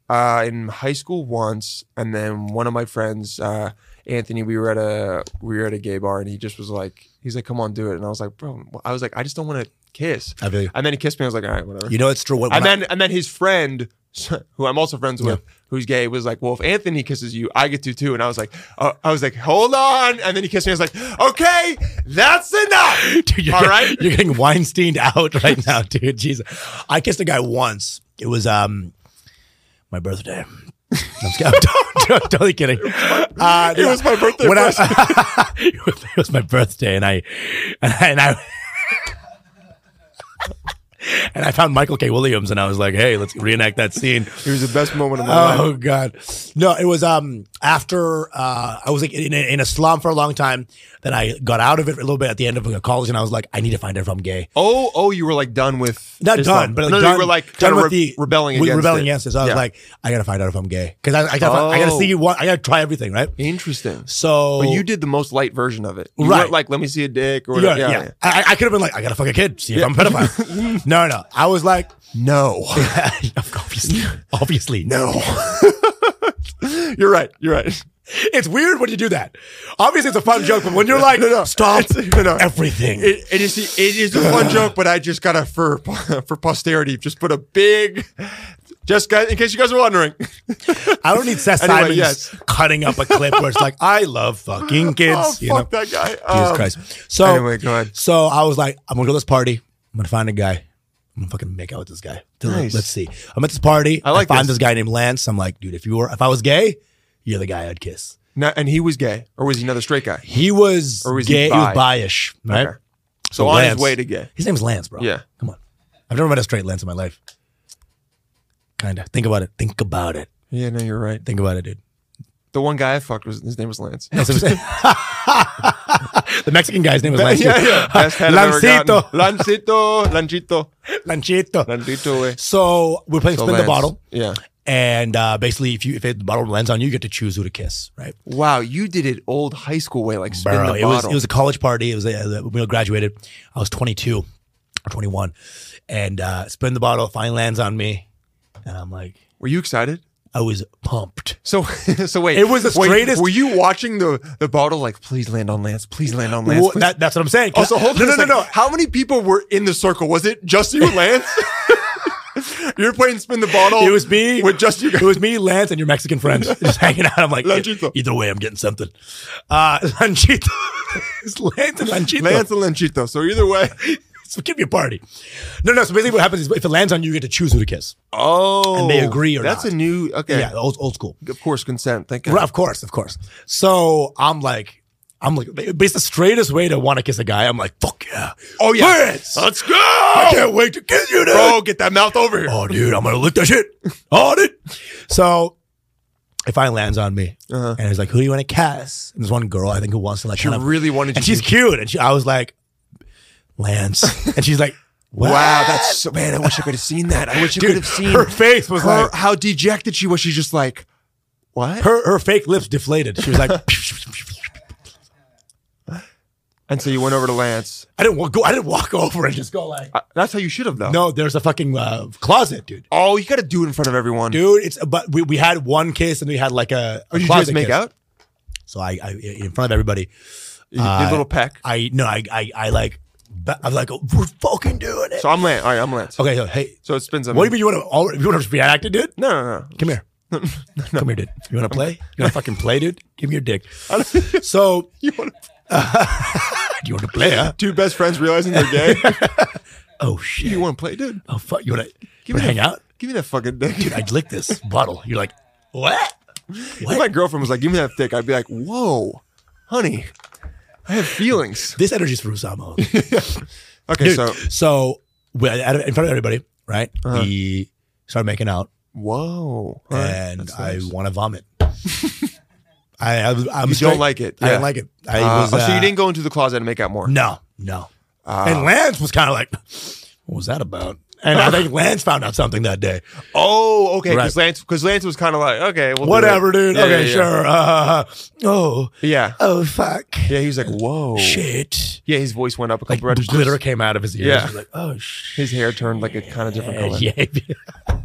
S4: uh, in high school once, and then one of my friends, uh, Anthony, we were at a we were at a gay bar, and he just was like, he's like, "Come on, do it," and I was like, "Bro," I was like, "I just don't want to kiss."
S3: I feel you.
S4: And then he kissed me. I was like, "All right, whatever."
S3: You know it's true. When
S4: and
S3: I-
S4: then and then his friend, *laughs* who I'm also friends with, who's gay, was like, "Well, if Anthony kisses you, I get to too." And I was like, uh, "I was like, hold on." And then he kissed me. I was like, "Okay, that's enough."
S3: *laughs* *laughs* Dude, you're
S4: All
S3: getting-
S4: right.
S3: you're getting Weinsteined out
S4: *laughs*
S3: right now, dude. Jesus, I kissed a guy once. It was um my birthday. I'm, sc- *laughs* I'm to- to- totally kidding. Uh,
S4: It was my birthday
S3: when I- *laughs* it, was, it was my birthday, and I and I *laughs* and I found Michael K. Williams, and I was like, "Hey, let's reenact that scene."
S4: It was the best moment of my life.
S3: Oh *laughs* God, no! It was um after uh, I was like in a, in a slum for a long time. Then I got out of it a little bit at the end of college, and I was like, I need to find out if I'm gay.
S4: Oh, oh, you were like done with
S3: Not done,
S4: Islam.
S3: but like
S4: no,
S3: done,
S4: you were like
S3: done
S4: kinda
S3: with
S4: re-
S3: the
S4: rebelling
S3: with
S4: against
S3: rebelling
S4: it.
S3: against it. So I was
S4: Yeah.
S3: like, I gotta find out if I'm gay because I, I gotta find- I gotta
S4: Oh.
S3: see what I gotta try everything, right?
S4: interesting.
S3: So
S4: But you did the most light version of it, you
S3: Right.
S4: weren't Like, let me see a dick or
S3: Yeah,
S4: whatever.
S3: yeah. I, I could have been like, I gotta fuck a kid, see if I'm a
S4: *laughs*
S3: pedophile. no, no. I was like, *laughs*
S4: No,
S3: obviously, obviously,
S4: no. *laughs* you're right. You're right.
S3: It's weird when you do that. Obviously, it's a fun joke, but when
S4: *laughs*
S3: you're like, stop everything.
S4: It, it is. It is a fun joke, but I just gotta for for posterity just put a big. Just guys, in case you guys are wondering,
S3: I don't need Seth
S4: *laughs* Anyway,
S3: Simons
S4: yes.
S3: cutting up a clip where it's like, I love fucking kids.
S4: *laughs* oh
S3: you
S4: fuck
S3: know?
S4: that guy.
S3: Jesus
S4: Um,
S3: Christ. So
S4: anyway, go ahead.
S3: So I was like, I'm gonna go to this party. I'm gonna find a guy. I'm gonna fucking make out with this guy. They're like,
S4: Nice.
S3: Let's see. I'm at this party.
S4: I like
S3: I find this
S4: this.
S3: guy named Lance. I'm like, dude, if you were, if I was gay, you're the guy I'd kiss.
S4: Now, and he was gay, or was he another straight guy?
S3: He was
S4: Or was he
S3: gay. He, was
S4: bi?
S3: biish, right?
S4: Okay. So on his
S3: Lance-
S4: way to gay.
S3: His name's Lance, bro.
S4: Yeah.
S3: Come on. I've never met a straight Lance in my life. Kind of. Think about it. Think about it.
S4: Yeah, no, you're right.
S3: Think about it, dude.
S4: The one guy I fucked was his name was Lance.
S3: That's what I'm saying. *laughs* the Mexican guy's name was Lance.
S4: *laughs*
S3: *laughs*
S4: yeah, yeah. Best head I've ever
S3: Lancito.
S4: gotten. Lancito. Lanchito.
S3: *laughs* Lanchito.
S4: Lancito, way.
S3: So we're playing
S4: So
S3: spin
S4: Lance.
S3: the bottle,
S4: Yeah.
S3: and uh, basically, if you if it, the bottle lands on you, you get to choose who to kiss, right?
S4: Wow, you did it old high school way, like spin
S3: Bro,
S4: the
S3: it was
S4: bottle.
S3: it was a college party. It was uh, we all graduated. I was 22 or 21, and uh, spin the bottle finally lands on me, and I'm like,
S4: Were you excited?
S3: I was pumped.
S4: So, *laughs* so wait.
S3: It was the
S4: wait,
S3: straightest-
S4: Were you watching the the bottle like, please land on Lance, please land on Lance?
S3: Well,
S4: please?
S3: that- that's what I'm saying. 'Cause-
S4: also, hold
S3: no,
S4: on.
S3: no,
S4: a
S3: no, no.
S4: second. How many people were in the circle? Was it just you, and Lance? *laughs* You're playing spin the bottle.
S3: It was me
S4: Oh, with just you.
S3: It was me, Lance, and your Mexican friend *laughs* just hanging out. I'm like, "E-,
S4: Lanchito.
S3: either way, I'm getting something. Uh, *laughs* Lanchito, it's Lance and Lanchito.
S4: Lance and Lanchito. So either way.
S3: So give me a party. No, no. So basically, what happens is if it lands on you, you get to choose who to kiss.
S4: Oh.
S3: And they agree or
S4: that's
S3: not.
S4: a new. Okay.
S3: Yeah, old old school.
S4: Of course, consent. Thank
S3: Right,
S4: God.
S3: of course, of course. So I'm like, I'm like, but it's the straightest way to want to kiss a guy. I'm like, fuck yeah.
S4: Oh, yeah.
S3: Lance,
S4: Let's go.
S3: I can't wait to kiss you, dude.
S4: Bro, get that mouth over here.
S3: Oh, dude, I'm gonna lick that shit on it. So if I lands on me,
S4: Uh-huh.
S3: and he's like, "Who do you want to cast?" And there's one girl I think who wants to like,
S4: She
S3: kind of-
S4: really wanted you
S3: and she's
S4: to-
S3: cute, and she, I was like,
S4: *laughs*
S3: "Lance," and she's like,
S4: Wow,
S3: "What?"
S4: that's so, man. I wish I could have seen that. I wish I
S3: Dude,
S4: could have seen
S3: her face was
S4: her-
S3: like
S4: how dejected she was. She's just like, what?
S3: her her fake lips deflated. She was
S4: *laughs*
S3: like,
S4: and so you went over to Lance.
S3: "I didn't wa- go. I didn't walk over and just go like."
S4: Uh, that's how you should have though.
S3: No, there's a fucking uh, closet, dude.
S4: Oh, you got to do it in front of everyone.
S3: Dude, it's but we, we had one kiss and we had like a, a
S4: Oh, did you
S3: closet
S4: guys make
S3: kiss.
S4: out?
S3: So I, I in front of everybody.
S4: You
S3: Uh,
S4: did a little peck.
S3: I no, I I, I like ba- I'm like we're fucking doing it.
S4: So I'm Lance. All right, I'm Lance.
S3: okay, so hey,
S4: So it spins on
S3: what do
S4: me.
S3: you mean you want to you want to be acted, dude?
S4: No, no, *laughs* no.
S3: Come here. Come here, dude. You want to play? You want to fucking play, dude? Give me your dick.
S4: *laughs*
S3: So you want to? *laughs* you want to play? Huh?
S4: Two best friends realizing they're gay.
S3: Oh shit!
S4: *laughs* you want to play, dude?
S3: oh fuck! You want to?
S4: Give me
S3: hang
S4: the-
S3: out?
S4: Give me that fucking dick.
S3: Dude, I licked
S4: *laughs*
S3: this bottle. You're like, what?
S4: If
S3: What?
S4: my girlfriend was like, "Give me that dick," I'd be like, "Whoa, honey, I have feelings."
S3: this energy's for Usamo.
S4: Okay,
S3: Dude,
S4: so Uh-huh.
S3: so so we- at- in front of everybody, right? We started making out,
S4: whoa, All right,
S3: and
S4: that's
S3: I
S4: nice.
S3: want to vomit. *laughs* I, I was- I'm
S4: You
S3: straight-
S4: don't like it.
S3: I
S4: Yeah.
S3: didn't like it. I
S4: Uh,
S3: was.
S4: oh, so
S3: uh,
S4: you didn't Ah. go into the closet and make out more.
S3: No, no. and Lance was kind of like, "What was that about?" And I
S4: *laughs*
S3: think Lance found out something that day.
S4: Oh, okay. Because
S3: Right.
S4: Lance, because Lance was kind of like, okay, we'll do
S3: Whatever,
S4: it.
S3: dude.
S4: Yeah,
S3: okay,
S4: yeah,
S3: sure. Uh, oh,
S4: Yeah. yeah.
S3: oh, fuck. Oh.
S4: Yeah, he was like, whoa.
S3: Shit.
S4: Yeah, his voice went up a
S3: Like
S4: couple registers.
S3: glitter came out of his ears.
S4: Yeah.
S3: I was like, oh shit.
S4: His hair turned like a kind of different
S3: *laughs*
S4: color.
S3: Yeah,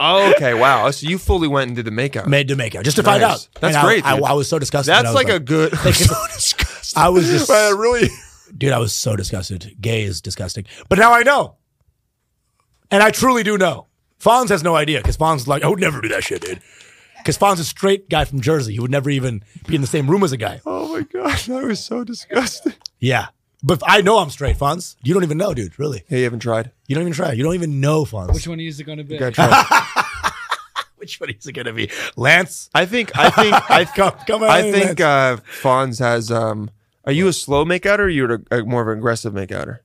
S4: Oh, okay, wow. So you fully went and did the makeup.
S3: made to make out just to find
S4: Nice.
S3: out. And
S4: That's
S3: I-
S4: great,
S3: I,
S4: dude.
S3: I was so disgusted. I
S4: That's
S3: was
S4: like,
S3: *laughs*
S4: a good. *laughs*
S3: I *laughs* was just,
S4: But I really.
S3: dude. I was so disgusted. Gay is disgusting. But now I know, and I truly do know. Fonz has no idea because Fonz is like, I would never do that shit, dude. Because Fonz is a straight guy from Jersey. He would never even be in the same room as a guy.
S4: Oh my god, that was so disgusting.
S3: Yeah. But I know I'm straight, Fonz. You don't even know, dude. Really,
S4: *laughs* Hey, you haven't tried.
S3: you don't even try. You don't even know, Fonz.
S5: Which one is it going to be?
S4: You gotta try.
S3: Which one is it gonna be, Lance?
S4: I think. I
S3: *laughs*
S4: think. I,
S3: Come, come on,
S4: I think
S3: Lance.
S4: uh, Fonz has. Um, are you a slow makeouter? Or are you a, a more of an aggressive makeouter?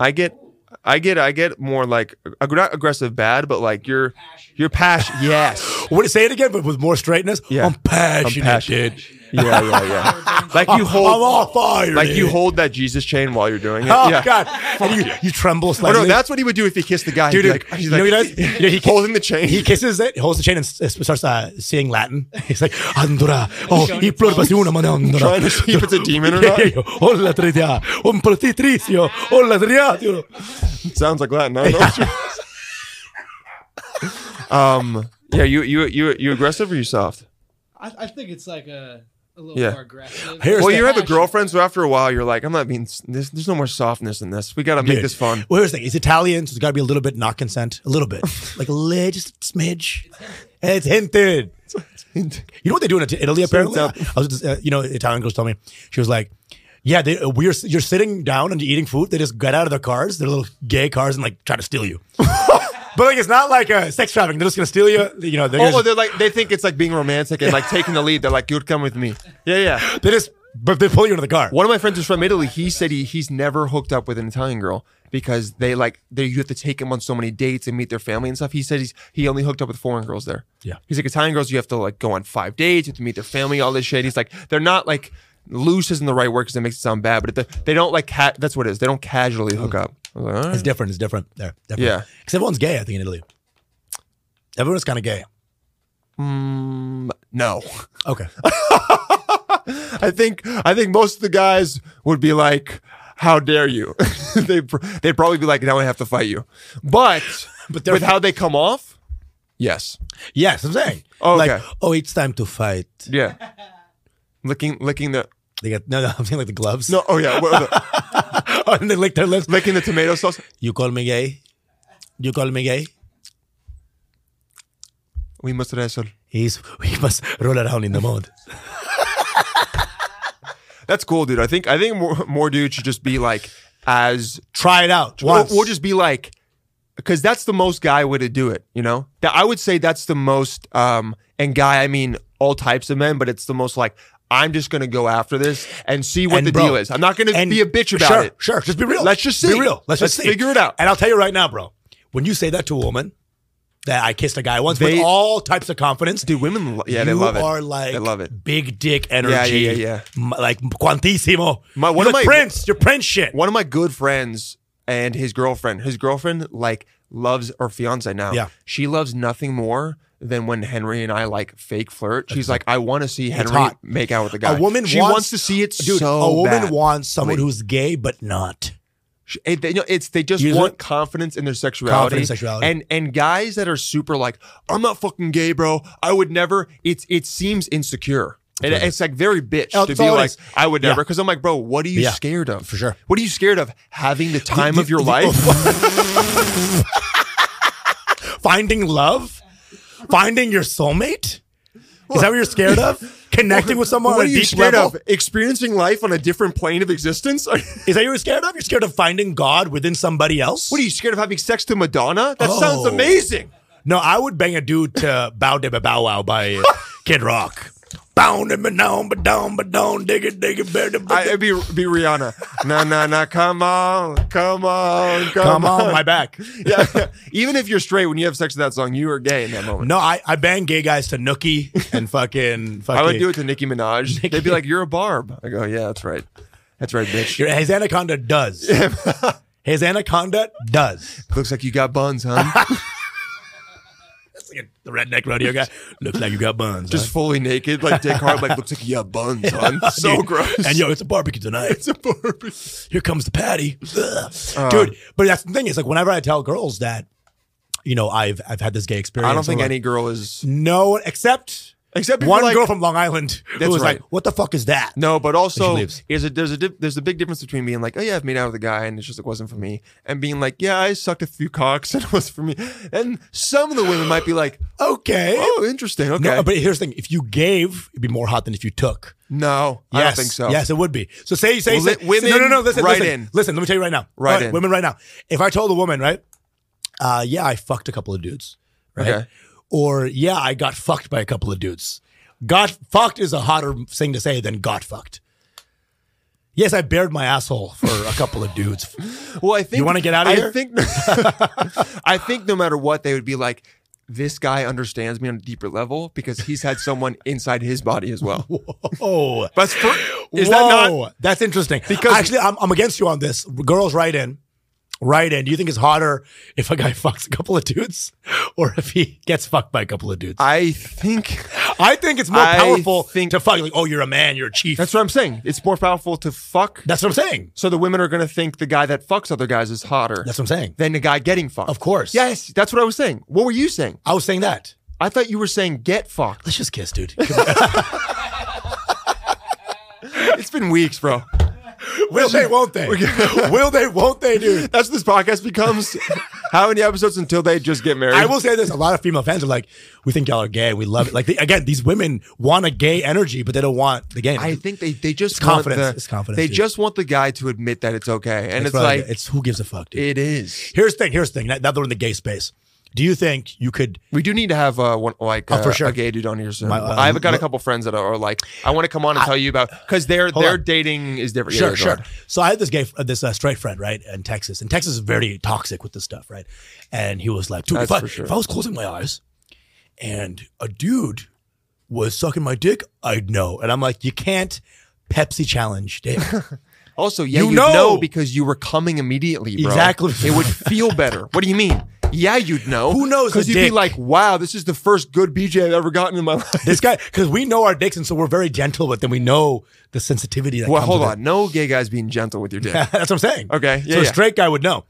S4: I get. I get. I get more like ag- not aggressive bad, but like your your passion. Yes.
S3: What, say it again, but with more straightness.
S4: Yeah.
S3: I'm *laughs* passionate,
S4: I'm passionate.
S3: dude.
S4: Yeah, yeah,
S3: *laughs*
S4: yeah. like you hold,
S3: I'm all fired.
S4: like
S3: *laughs*
S4: you
S3: dude.
S4: hold that Jesus chain while you're doing it.
S3: Oh
S4: yeah. *laughs*
S3: God! And you, you tremble
S4: Oh,
S3: slightly.
S4: no, that's what he would do if he kissed the guy.
S3: dude.
S4: He'd be
S3: dude
S4: like, "Oh, he's
S3: you know
S4: like,
S3: what he does?
S4: *laughs*
S3: You know, he ki-
S4: holding the chain.
S3: He kisses it, holds the chain, and s- s- starts uh, singing Latin. He's like,
S4: *laughs*
S3: "Andra, oh,
S5: Showing
S3: y
S5: your
S3: pluribus unum ad Andra."
S4: Trying to see if it's a demon or
S3: *laughs* Yeah,
S4: not.
S3: yeah, yeah. Olla tritia, un protitricio, olla triatio.
S4: *laughs* Sounds like Latin. I don't know. *laughs* um, yeah, you you you you aggressive or you soft?
S5: I, I think it's like a, a little
S4: Yeah.
S5: more aggressive.
S3: Here's
S4: well,
S3: the-
S4: you have a
S5: Passion.
S4: girlfriend, so after a while, you're like, I'm not being. s- There's, there's no more softness in this. We got to make
S3: Dude.
S4: this fun.
S3: Well, here's the thing: he's Italian, so there's got to be a little bit not consent, a little
S4: *laughs*
S3: bit, like a little, just a smidge. It's hinted. You know what they do in It- Italy? Apparently,
S4: up.
S3: I was just, uh, you know, Italian girls told me she was like, "Yeah, they, uh, we're you're sitting down and eating food. They just get out of their cars, their little gay cars, and like try to steal
S4: *laughs*
S3: you." but like, it's not like a sex trafficking. They're just gonna steal you. You know, they're
S4: Oh,
S3: just,
S4: they're like they think it's like being romantic and like taking the lead. They're like, you'd come with me. Yeah, yeah.
S3: they just But they pull you into the car.
S4: One of my friends who's from Italy, he said he, he's never hooked up with an Italian girl because they like they you have to take him on so many dates and meet their family and stuff. He said he's he only hooked up with foreign girls there.
S3: Yeah.
S4: He's like Italian girls, you have to like go on five dates, you have to meet their family, all this shit. He's like, they're not like loose isn't the right word because it makes it sound bad, but if they, they don't like ca- that's what it is. They don't casually hook up. I was like, all
S3: Mm. It's
S4: right.
S3: different. It's different there. Definitely.
S4: Yeah.
S3: Because everyone's gay, I think, in Italy. Everyone's kind of gay.
S4: Mm, no.
S3: Okay.
S4: I think I think most of the guys would be like, "How dare you?" *laughs* they pr- they'd probably be like, "Now I have to fight you." But
S3: *laughs* But they're-
S4: with how they come off, yes,
S3: yes, I'm saying.
S4: Okay.
S3: Like, oh, it's time to fight. *laughs*
S4: yeah, licking licking the
S3: They get no, *laughs* no. I'm saying like the gloves.
S4: no, oh yeah, what-
S3: *laughs*
S4: the-
S3: and they lick their lips.
S4: licking the tomato sauce.
S3: You call me gay? You call me gay?
S4: We must wrestle.
S3: He's he must roll around in the mud.
S4: That's cool, dude. I think I think more more dudes should just be like as
S3: Try it out.
S4: Or,
S3: Once.
S4: or just be like, because that's the most guy way to do it, you know? That I would say that's the most, um, and guy, I mean all types of men, but it's the most like, I'm just going to go after this and see what
S3: And
S4: the
S3: bro-
S4: deal is. I'm not going to
S3: and-
S4: be a bitch about
S3: sure,
S4: it.
S3: Sure, just be real.
S4: Let's just
S3: Be
S4: see.
S3: real. Let's,
S4: Let's
S3: just see.
S4: figure it out.
S3: And I'll tell you right now, bro. When you say that to a woman, that I kissed a guy once
S4: They-
S3: with all types of confidence,
S4: Dude, women, lo- yeah, they
S3: you
S4: love it.
S3: are like
S4: they love it.
S3: big dick energy.
S4: yeah, yeah.
S3: M- like quantissimo.
S4: My- one
S3: You're
S4: of
S3: like
S4: my-
S3: prince. You're prince shit.
S4: One of my good friends and his girlfriend, his girlfriend, like, loves or fiance now.
S3: Yeah.
S4: She loves nothing more than when Henry and I like fake flirt. She's like, I want to see Henry
S3: hot.
S4: make out with the guy.
S3: A woman
S4: she
S3: wants,
S4: wants, to see it
S3: dude,
S4: so
S3: a woman
S4: bad.
S3: wants someone
S4: Wait.
S3: who's gay but not.
S4: Sh- It, they, you know, it's they just
S3: You
S4: want
S3: look-
S4: confidence in their sexuality.
S3: Confidence, sexuality.
S4: and and guys that are super like I'm not fucking gay, bro. I would never. It's it seems insecure. And it's like very bitch
S3: Oh,
S4: to
S3: that's
S4: be
S3: all it
S4: like
S3: is.
S4: I would
S3: Yeah.
S4: never because I'm like bro, what are you
S3: Yeah,
S4: scared of?
S3: for sure.
S4: What are you scared of? Having the time
S3: The-
S4: of your
S3: the-
S4: life. *laughs*
S3: Finding love, finding your soulmate. Is that what you're scared
S4: *laughs*
S3: of? Connecting with someone
S4: what
S3: on
S4: are
S3: a
S4: you
S3: deep
S4: scared
S3: level.
S4: of? Experiencing life on a different plane of existence. *laughs*
S3: Is that what you're scared of? You're scared of finding God within somebody else?
S4: what are you scared of having sex to Madonna? That sounds
S3: Oh.
S4: amazing.
S3: No, I would bang a dude
S4: *laughs*
S3: to Bow Dibba Bow Wow by Kid Rock. Bow Dibba Down, Ba Down, Ba Down, Digga Digga Bear
S4: I, *laughs*
S3: Dibba.
S4: it'd be be Rihanna. na na na. Come on, come on, come,
S3: Come on, my back.
S4: *laughs* yeah. Even if you're straight, when you have sex to that song, you are gay in that moment.
S3: No, I, I bang gay guys to Nookie and fucking fucking.
S4: I would do it to
S3: *laughs*
S4: Nicki Minaj. They'd be like, "You're a barb." I go, "Yeah, that's right, that's
S3: *laughs*
S4: right, bitch.
S3: Your- His anaconda
S4: *laughs*
S3: does. His anaconda does.
S4: Looks like you got buns,
S3: *laughs*
S4: huh?
S3: That's like a- the redneck rodeo guy. Looks like you got buns.
S4: Just fully naked, like dick hard. Like looks like you have buns,
S3: *laughs*
S4: huh?
S3: huh?
S4: So
S3: Dude.
S4: gross.
S3: And yo, it's a barbecue tonight. It's a barbecue. Here comes the patty. Ugh.
S4: Uh.
S3: Dude, but that's the thing. It's like whenever I tell girls that, you know, I've I've had this gay experience.
S4: I don't think
S3: I'm like,
S4: any girl is
S3: No, except
S4: except people
S3: one
S4: like,
S3: girl *laughs* from Long Island who
S4: That's
S3: was
S4: right.
S3: like, "What the fuck is that?"
S4: No, but
S3: And
S4: also
S3: she leaves.
S4: is it there's a dip, there's a big difference between being like, oh yeah, I've made out with a guy and it's just it wasn't for me, and being like, yeah, I sucked a few cocks *laughs* and it was for me, and some of the women might be like,
S3: Okay.
S4: oh, interesting, okay,
S3: No, but here's the thing: if you gave, it'd be more hot than if you took.
S4: No, I don't think so.
S3: Yes, it would be. So say, say,
S4: Well,
S3: say
S4: li- women,
S3: no, no, no. Listen,
S4: right
S3: listen,
S4: in.
S3: listen. Let me tell you right now.
S4: Right
S3: All
S4: in.
S3: Women, right now. If I told a woman, right, uh, yeah, I fucked a couple of dudes, right,
S4: Okay.
S3: or yeah, I got fucked by a couple of dudes. Got fucked is a hotter thing to say than got fucked. Yes, I bared my asshole for a couple of dudes. *laughs*
S4: Well, I think
S3: You wanna get out of
S4: I
S3: here?
S4: Think, *laughs* I think no matter what, they would be like, this guy understands me on a deeper level because he's had someone inside his body as *laughs* well.
S3: Oh,
S4: That's for, is
S3: Whoa,
S4: that not?
S3: That's interesting.
S4: Because-
S3: actually, I'm, I'm against you on this. Girls, write in, write in. Do you think it's hotter if a guy *laughs* fucks a couple of dudes, or if he gets fucked by a couple of dudes? I,
S4: I think
S3: think it's more
S4: I
S3: powerful
S4: think-
S3: to fuck. Like, oh, you're a man, you're a chief.
S4: that's what I'm saying. It's more powerful to fuck.
S3: That's what I'm saying.
S4: So the women are going to think the guy that fucks other guys is hotter
S3: That's what I'm saying.
S4: than the guy getting fucked.
S3: Of course.
S4: Yes, that's what I was saying. What were you saying?
S3: I was saying that.
S4: I thought you were saying get fucked.
S3: Let's just kiss, *laughs* dude.
S4: It's been weeks, bro.
S3: Will they? Won't they? *laughs* Will they? Won't they, *laughs* dude?
S4: That's what this podcast becomes. How many episodes until they just get married?
S3: I will say this: a lot of female fans are like, "We think y'all are gay. We love it." Like they, again, these women want a gay energy, but they don't want the gay.
S4: I think they they just
S3: It's
S4: want
S3: confidence.
S4: the-
S3: It's confidence,
S4: They
S3: dude.
S4: just want the guy to admit that it's okay, and it's,
S3: probably
S4: like
S3: gay. it's who gives a fuck, dude.
S4: it is.
S3: Here's the thing. Here's the thing. Now that we're in the gay space, Do you think you could?
S4: We do need to have uh, one like
S3: Oh, for
S4: uh,
S3: sure.
S4: a gay dude on here soon.
S3: My- uh,
S4: I've got
S3: look-
S4: a couple friends that are like, I want to come on and tell you about because their
S3: Hold
S4: their
S3: on.
S4: dating is different. Yeah,
S3: Sure,
S4: yeah, go
S3: sure.
S4: on.
S3: So I had this gay, uh, this uh, straight friend, right, in Texas, and Texas is very toxic with this stuff, right? And he was like, "Dude, if
S4: That's
S3: I,
S4: for sure.
S3: if I was closing my eyes, and a dude was sucking my dick, I'd know." And I'm like, "You can't Pepsi challenge
S4: *laughs*
S3: dick."
S4: Also, yeah,
S3: You
S4: you,
S3: know.
S4: know. because you were coming immediately, bro.
S3: Exactly.
S4: It would feel better. What do you mean? Yeah, you'd know.
S3: Who knows
S4: Because
S3: the
S4: you'd be
S3: dick?
S4: like, wow, this is the first good BJ I've ever gotten in my *laughs* life.
S3: this guy, because we know our dicks, and so we're very gentle with them. We know the sensitivity. That
S4: Well,
S3: comes
S4: hold
S3: with it.
S4: on. No gay guys being gentle with your
S3: *laughs*
S4: dick.
S3: That's what I'm saying.
S4: Okay, yeah,
S3: so a
S4: yeah.
S3: straight guy would know.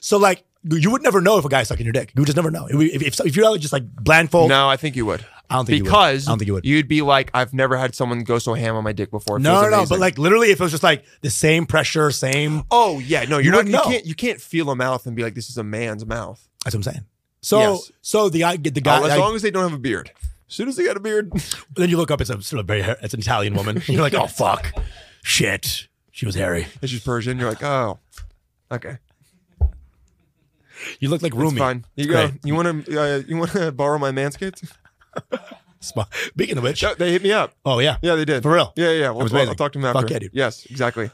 S3: So like you would never know if a guy's sucking your dick. You would just never know. If, if, if you're just like blindfold,
S4: No, I think you would.
S3: I don't think you would.
S4: because
S3: I don't think you would.
S4: You'd be like, I've never had someone go so ham on my dick before. It
S3: no, no,
S4: feels
S3: no.
S4: amazing.
S3: But like literally, if it was just like the same pressure, same.
S4: oh yeah, no,
S3: You
S4: you're not.
S3: wouldn't know.
S4: You can't. You can't feel a mouth and be like, this is a man's mouth.
S3: That's what I'm saying. So
S4: Yes.
S3: so the guy the guy
S4: Oh, as
S3: I-
S4: long as they don't have a beard. As soon as they got a beard, *laughs*
S3: then you look up it's a sort of very hair- it's an Italian woman. *laughs* And you're like oh fuck, shit. She was hairy.
S4: and she's Persian, you're like, oh, okay,
S3: You look like
S4: it's
S3: Rumi.
S4: fine. You go.
S3: Great.
S4: You want to? Uh, you want to *laughs* borrow my manscaped?
S3: Smi- *laughs* Speaking of which,
S4: Yeah, they hit me up.
S3: oh yeah,
S4: Yeah, they did.
S3: For real?
S4: Yeah, yeah.
S3: It
S4: We'll,
S3: was
S4: I'll- I'll
S3: amazing.
S4: talk to them
S3: Fuck
S4: after.
S3: yeah, dudude.
S4: Yes, exactly.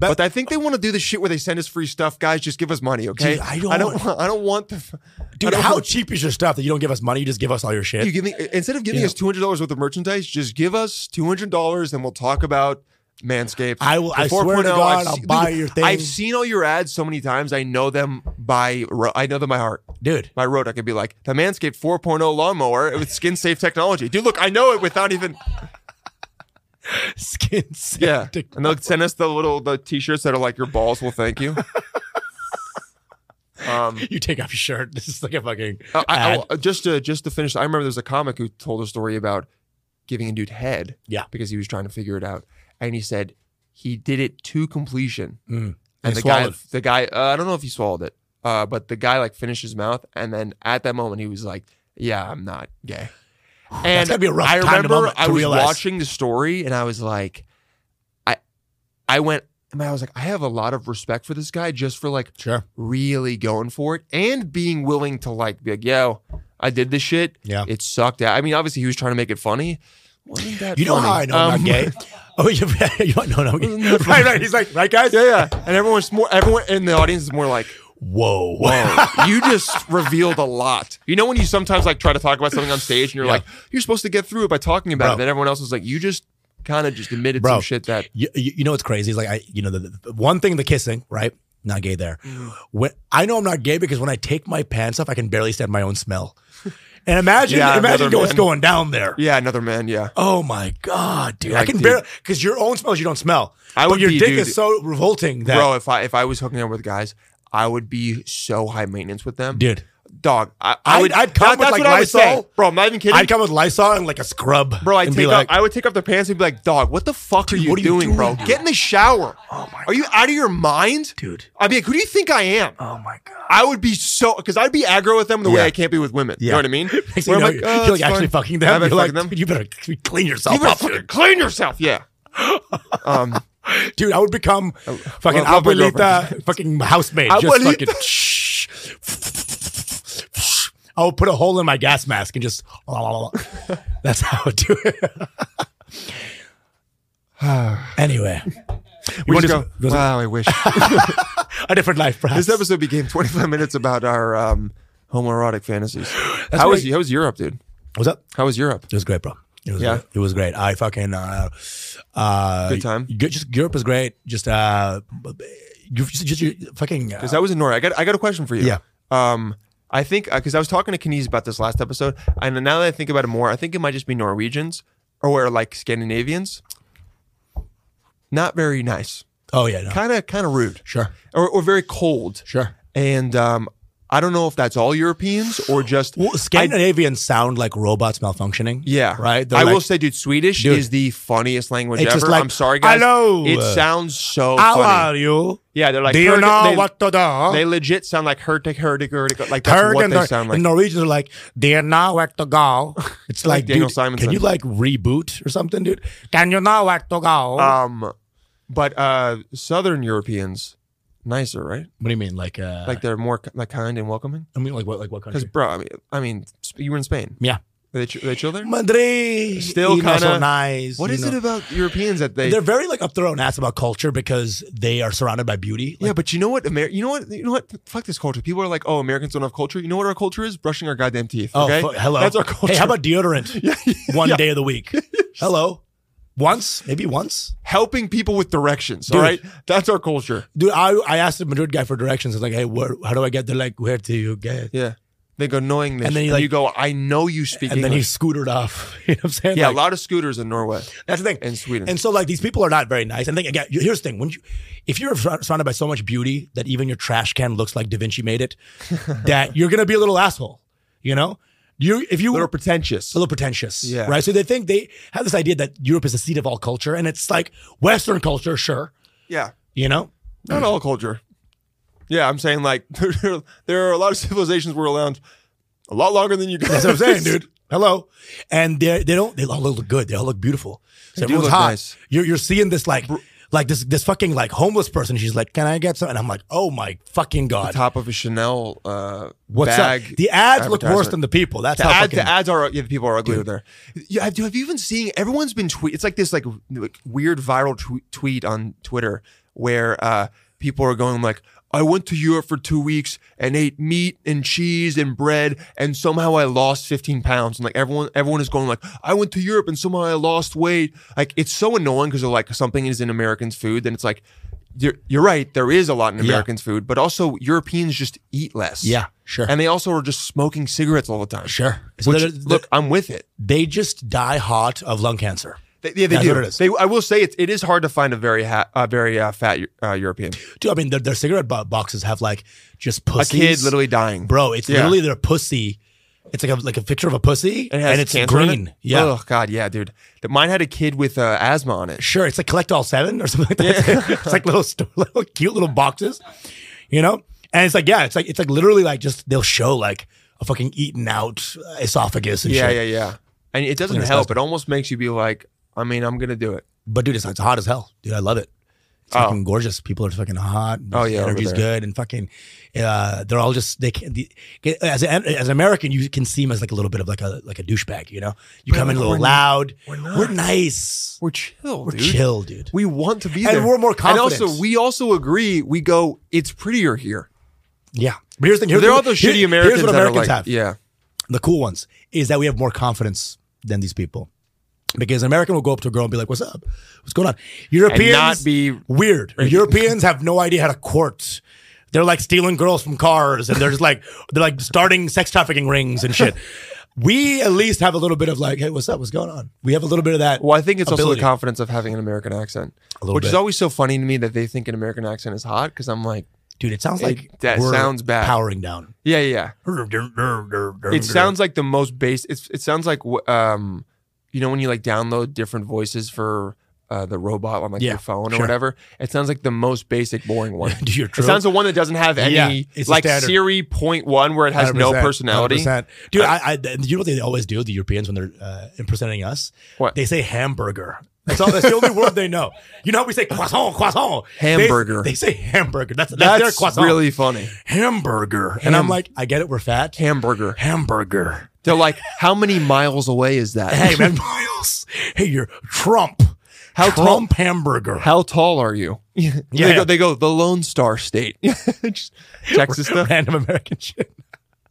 S3: But-
S4: But, I think they want to do the shit where they send us free stuff, guys. Just give us money, okay?
S3: Dude, I don't-
S4: I don't. Want, I don't want the. I
S3: dude,
S4: don't
S3: how
S4: want-
S3: cheap is your stuff that you don't give us money? You just give us all your shit.
S4: you give me instead of giving
S3: Yeah.
S4: us two hundred dollars worth of merchandise, just give us two hundred dollars, and we'll talk about Manscaped.
S3: I will- I
S4: The
S3: swear to
S4: 4.0,
S3: God,
S4: I've
S3: I'll
S4: seen-
S3: buy your thing.
S4: I've seen all your ads so many times. I know them by. ro- I know them by heart.
S3: dude, *laughs*
S4: By road, I could be like the Manscaped 4.0 lawnmower with skin safe technology. Dude, look, I know it without
S3: *laughs*
S4: even.
S3: skin.
S4: Yeah,
S3: septic.
S4: and they'll send us the little the t-shirts that are like your balls will thank
S3: *laughs*
S4: you. um,
S3: You take off your shirt. This is like a fucking.
S4: Oh, Uh, I, I,
S3: ad.
S4: I- just to just to finish, I remember there's a comic who told a story about giving a dude head.
S3: Yeah.
S4: because he was trying to figure it out, and he said he did it to completion.
S3: Mm. he
S4: And the guy,
S3: swallowed.
S4: the guy, uh, I don't know if he swallowed it, uh, but the guy like finished his mouth, and then at that moment he was like, "Yeah, I'm not
S3: *sighs*
S4: gay." And
S3: gotta be a rough
S4: I
S3: time to
S4: remember
S3: moment to
S4: I was
S3: realize.
S4: watching the story, and I was like, I, I went, and I was like, I have a lot of respect for this guy just for like
S3: Sure.
S4: really going for it and being willing to like be like, yo, I did this shit.
S3: Yeah.
S4: It sucked out. I mean, obviously he was trying to make it funny. Wasn't that
S3: You know
S4: funny?
S3: how I know I'm
S4: Um,
S3: not gay? Oh, you, *laughs* you don't know. No, right, right. He's like, right, guys.
S4: *laughs* Yeah, yeah. And everyone's more everyone in the audience is more like,
S3: Whoa,
S4: Whoa, you just revealed a lot. You know when you sometimes like try to talk about something on stage and you're
S3: Yeah.
S4: like, you're supposed to get through it by talking about
S3: Bro.
S4: it. Then everyone else is like, you just kind of just admitted
S3: Bro.
S4: some shit that
S3: *laughs* You, you you know what's crazy? Is like I, you know, the, the one thing, the kissing, right? Not gay there.
S4: Mm.
S3: When I know I'm not gay because when I take my pants off, I can barely stand my own smell. And imagine,
S4: Yeah,
S3: imagine
S4: another
S3: what's
S4: man.
S3: going down there.
S4: yeah, another man, yeah.
S3: Oh my god, dude! I
S4: Like,
S3: can
S4: dude.
S3: barely because your own smells you don't smell.
S4: I
S3: but
S4: would
S3: your
S4: be,
S3: dick
S4: dude.
S3: is so revolting that
S4: Bro, if I if I was hooking up with guys, I would be so high maintenance with them.
S3: Dude.
S4: Dog, I,
S3: I'd-
S4: I would
S3: I'd come with,
S4: that's
S3: like,
S4: what I would say.
S3: Lysol.
S4: Bro, I'm not even kidding.
S3: I'd come with Lysol and like a scrub,
S4: Bro, I
S3: and
S4: take
S3: be
S4: off,
S3: like,
S4: I would take off their pants and be like, "Dog, what the fuck are, you,
S3: what are you
S4: doing, bro?
S3: doing, dude?"
S4: Get in the shower. Oh my are you out of your mind,
S3: Dude.
S4: I'd be like, "Who do you think I am?"
S3: oh my god.
S4: I would be so because I'd be aggro with them the
S3: Yeah.
S4: way I can't be with women.
S3: Yeah.
S4: You know what
S3: *laughs*
S4: I mean?
S3: Next
S4: Where
S3: thing you know,
S4: I'm "Uh,
S3: you're like
S4: it's
S3: actually
S4: fine.
S3: fucking them.
S4: I've been
S3: You're like,
S4: fucking them.
S3: "Dude, you better clean yourself
S4: You better
S3: up,
S4: fucking clean yourself. Yeah. Um,
S3: dude. I would become
S4: Oh,
S3: fucking
S4: love my
S3: abuelita,
S4: girlfriend.
S3: fucking housemaid. Just
S4: Abuelita.
S3: fucking. shh. *laughs* I would put a hole in my gas mask and just. *laughs* That's how I would do it.
S4: *sighs*
S3: anyway,
S4: we
S3: wanna
S4: just go.
S3: do some-
S4: Wow,
S3: *laughs*
S4: I wish
S3: a different life, perhaps.
S4: this episode became 25 minutes about our um, homoerotic fantasies. how
S3: what
S4: was
S3: I-
S4: how was Europe, dude?
S3: What's up?
S4: How was Europe?
S3: It was great, bro. It was
S4: Yeah?
S3: great. it was great. I fucking uh, uh,
S4: Good time?
S3: Good, just Europe was great. Just uh, you just, just you fucking uh,
S4: Because I was in Norway. I got I got a question for you.
S3: Yeah.
S4: Um, I think because I was talking to Kines about this last episode, and now that I think about it more, I think it might just be Norwegians or like Scandinavians. Not very nice.
S3: oh yeah, no.
S4: Kind of kind of rude.
S3: sure,
S4: Or, or very cold.
S3: sure.
S4: And um, I don't know if that's all Europeans or just
S3: Well, Scandinavians sound like robots malfunctioning.
S4: yeah.
S3: right. They're
S4: I will
S3: like,
S4: say, dude, Swedish
S3: Dude.
S4: is the funniest language
S3: It's
S4: ever.
S3: just like,
S4: I'm sorry, guys.
S3: "Hello."
S4: It sounds so
S3: How
S4: oh, funny.
S3: are you?
S4: Yeah, they're like.
S3: Do you
S4: "Hertig-"
S3: know
S4: they,
S3: what to do?
S4: They legit sound like hertig hertig hertig. Like that's what
S3: and
S4: they
S3: the-
S4: sound
S3: the
S4: like.
S3: Norwegians are like, do you know where to
S4: *laughs*
S3: go? It's like,
S4: Daniel
S3: dude,
S4: Simonson.
S3: can you like reboot or something, dude? Can you know where to go?
S4: Um, but uh, Southern uh, Europeans nicer, right?
S3: What do you mean? Like, uh,
S4: like they're more ki- like kind and welcoming.
S3: I mean, like what? Like what country?
S4: Because bro, I mean, I mean, Sp- you were in Spain.
S3: Yeah.
S4: Are they ch- are they chill there.
S3: Madrid
S4: Still
S3: you know, so
S4: kinda-
S3: nice.
S4: What
S3: you
S4: is
S3: know.
S4: it about Europeans that they?
S3: They're very like up their own ass about culture because they are surrounded by beauty. Like,
S4: yeah, but you know what? Amer- you know what? You know what? Fuck this culture. People are like, oh, Americans don't have culture. You know what our culture is? Brushing our goddamn teeth.
S3: oh,
S4: okay?
S3: fu- hello.
S4: That's our culture.
S3: Hey, how about
S4: *laughs*
S3: deodorant? One day of the week. hello. Once, maybe once.
S4: helping people with directions? All
S3: Dude.
S4: right, that's our culture.
S3: Dude, I, I asked the Madrid guy for directions. I was like, hey, where, how do I get there? Like, where do you get?
S4: Yeah. They go no English,
S3: And then
S4: and then
S3: you,
S4: you,
S3: like-
S4: go, I know you speak.
S3: And then he
S4: English.
S3: scootered off. *laughs* You know what I'm saying?
S4: yeah,
S3: Like,
S4: a lot of scooters in Norway
S3: That's the thing.
S4: and Sweden.
S3: And so, like, these people are not very nice. And then, again, you- here's the thing: when you, if you're sur- surrounded by so much beauty that even your trash can looks like Da Vinci made
S4: *laughs*
S3: it, that you're gonna be a little asshole. You know, you if you
S4: a
S3: were
S4: little pretentious.
S3: a little pretentious,
S4: Yeah.
S3: right? So they think they have this idea that Europe is the seat of all culture, and it's like Western culture, sure,
S4: yeah,
S3: you know.
S4: not all culture. Yeah, I'm saying like *laughs* there, there are a lot of civilizations were around a lot longer than you guys.
S3: That's what I'm saying, dude. Hello, and they they don't they all look good. They all look beautiful. So
S4: They do
S3: everyone's
S4: look
S3: hot.
S4: nice.
S3: You're you're seeing this like like this this fucking like homeless person. She's like, "Can I get some?" And I'm like, "Oh my fucking god."
S4: Top of a Chanel uh,
S3: What's
S4: bag.
S3: up? The ads look worse
S4: advertisement.
S3: than the people. That's
S4: The,
S3: how
S4: ad,
S3: fucking,
S4: the ads are yeah, the people are ugly there. Yeah, have, have you even seen? Everyone's been tweet. It's like this like, like weird viral tweet, tweet on Twitter where uh, people are going like, "I went to Europe for two weeks and ate meat and cheese and bread, and somehow I lost fifteen pounds." And like everyone, everyone is going like, "I went to Europe and somehow I lost weight." Like it's so annoying because they're like something is in Americans' food, then it's like. You're, you're right. There is a lot in
S3: Yeah.
S4: Americans' food, but also Europeans just eat less.
S3: Yeah, sure.
S4: And they also are just smoking cigarettes all the time.
S3: sure. So
S4: Which,
S3: they're- they're-
S4: look, I'm with it.
S3: they just die hot of lung cancer.
S4: They, yeah, they
S3: That's
S4: do.
S3: what it is.
S4: They, I will say it, it is hard to find a very ha- uh, very uh, fat uh, European.
S3: Dude, I mean, their, their cigarette bo- boxes have like just pussies.
S4: A kid literally dying.
S3: bro. It's
S4: Yeah.
S3: literally their pussy. It's like a like a picture of a pussy,
S4: It has
S3: and it's
S4: cancer in it?
S3: green. Yeah,
S4: Oh god, yeah, dude. The- Mine had a kid with uh, asthma on it.
S3: sure. It's like collect all seven or *laughs* something like that. it's like little, sto- *laughs* little cute little boxes, you know. And it's like yeah, it's like it's like literally like just they'll show like a fucking eaten out esophagus and
S4: Yeah,
S3: shit.
S4: yeah, yeah. And it doesn't
S3: Fucking
S4: help.
S3: disgusting.
S4: It almost makes you be like, I mean, I'm gonna do it.
S3: But dude, it's, it's hot as hell, dude. I love it. It's
S4: Oh.
S3: fucking gorgeous. People are fucking hot.
S4: Oh, yeah, over
S3: energy's
S4: there.
S3: good and fucking. Uh, they're all just they can the, as an, as an American you can seem as like a little bit of like a like a douchebag. You know, you come in a little
S4: we're-
S3: loud.
S4: we're
S3: We're,
S4: not.
S3: nice.
S4: We're chill,
S3: We're
S4: dude.
S3: chill, dude.
S4: We want to be
S3: And
S4: there,
S3: we're more confident.
S4: And also, we also agree. We go, it's prettier here.
S3: yeah. But here's the thing. Here's
S4: there
S3: the-
S4: are those
S3: here-
S4: shitty Americans
S3: Here's what
S4: that
S3: Americans
S4: are
S3: have.
S4: like, yeah,
S3: the cool ones is that we have more confidence than these people. Because an American will go up to a girl and be like, "What's up? What's going on?" Europeans
S4: not be-
S3: weird. Europeans have no idea how to court. They're like stealing girls from cars, and they're just like they're like starting sex trafficking rings and shit. we at least have a little bit of like, "Hey, what's up? What's going on?" We have a little bit of that.
S4: Well, I think it's also
S3: ability.
S4: the confidence of having an American accent,
S3: little
S4: which is
S3: bit.
S4: always so funny to me that they think an American accent is hot because I'm like,
S3: dude. It sounds
S4: It-
S3: like
S4: that
S3: we're
S4: sounds bad.
S3: Powering down.
S4: yeah, yeah. yeah.
S3: *laughs*
S4: It sounds like the most base. It's, it sounds like wh- um, you know when you like download different voices for uh, the robot on like
S3: Yeah,
S4: your phone or
S3: sure.
S4: whatever. It sounds like the most basic, boring *laughs* one.
S3: Dude, you're
S4: It
S3: true.
S4: sounds the one that doesn't have any
S3: Yeah, it's a
S4: like
S3: standard.
S4: Siri point one where it has no
S3: 100%,
S4: personality.
S3: 100%. Dude, I, I, you know what they always do, the Europeans, when they're uh, impersonating us?
S4: What?
S3: They say hamburger. That's, all, that's the only word they know. You know how we say croissant, croissant? They-
S4: Hamburger.
S3: They, say hamburger. That's, that's, their
S4: That's
S3: croissant.
S4: really funny.
S3: hamburger. and I'm
S4: Ham-
S3: like, I get it, we're fat.
S4: Hamburger.
S3: hamburger.
S4: They're like, how many miles away is that?
S3: Hey, man, Miles. Hey, you're Trump.
S4: How tall-
S3: Trump hamburger.
S4: *laughs* how tall are *laughs* you? Yeah,
S3: Yeah.
S4: they go, they go the Lone Star State, *laughs* Just Texas
S3: *laughs*
S4: stuff.
S3: Random American shit.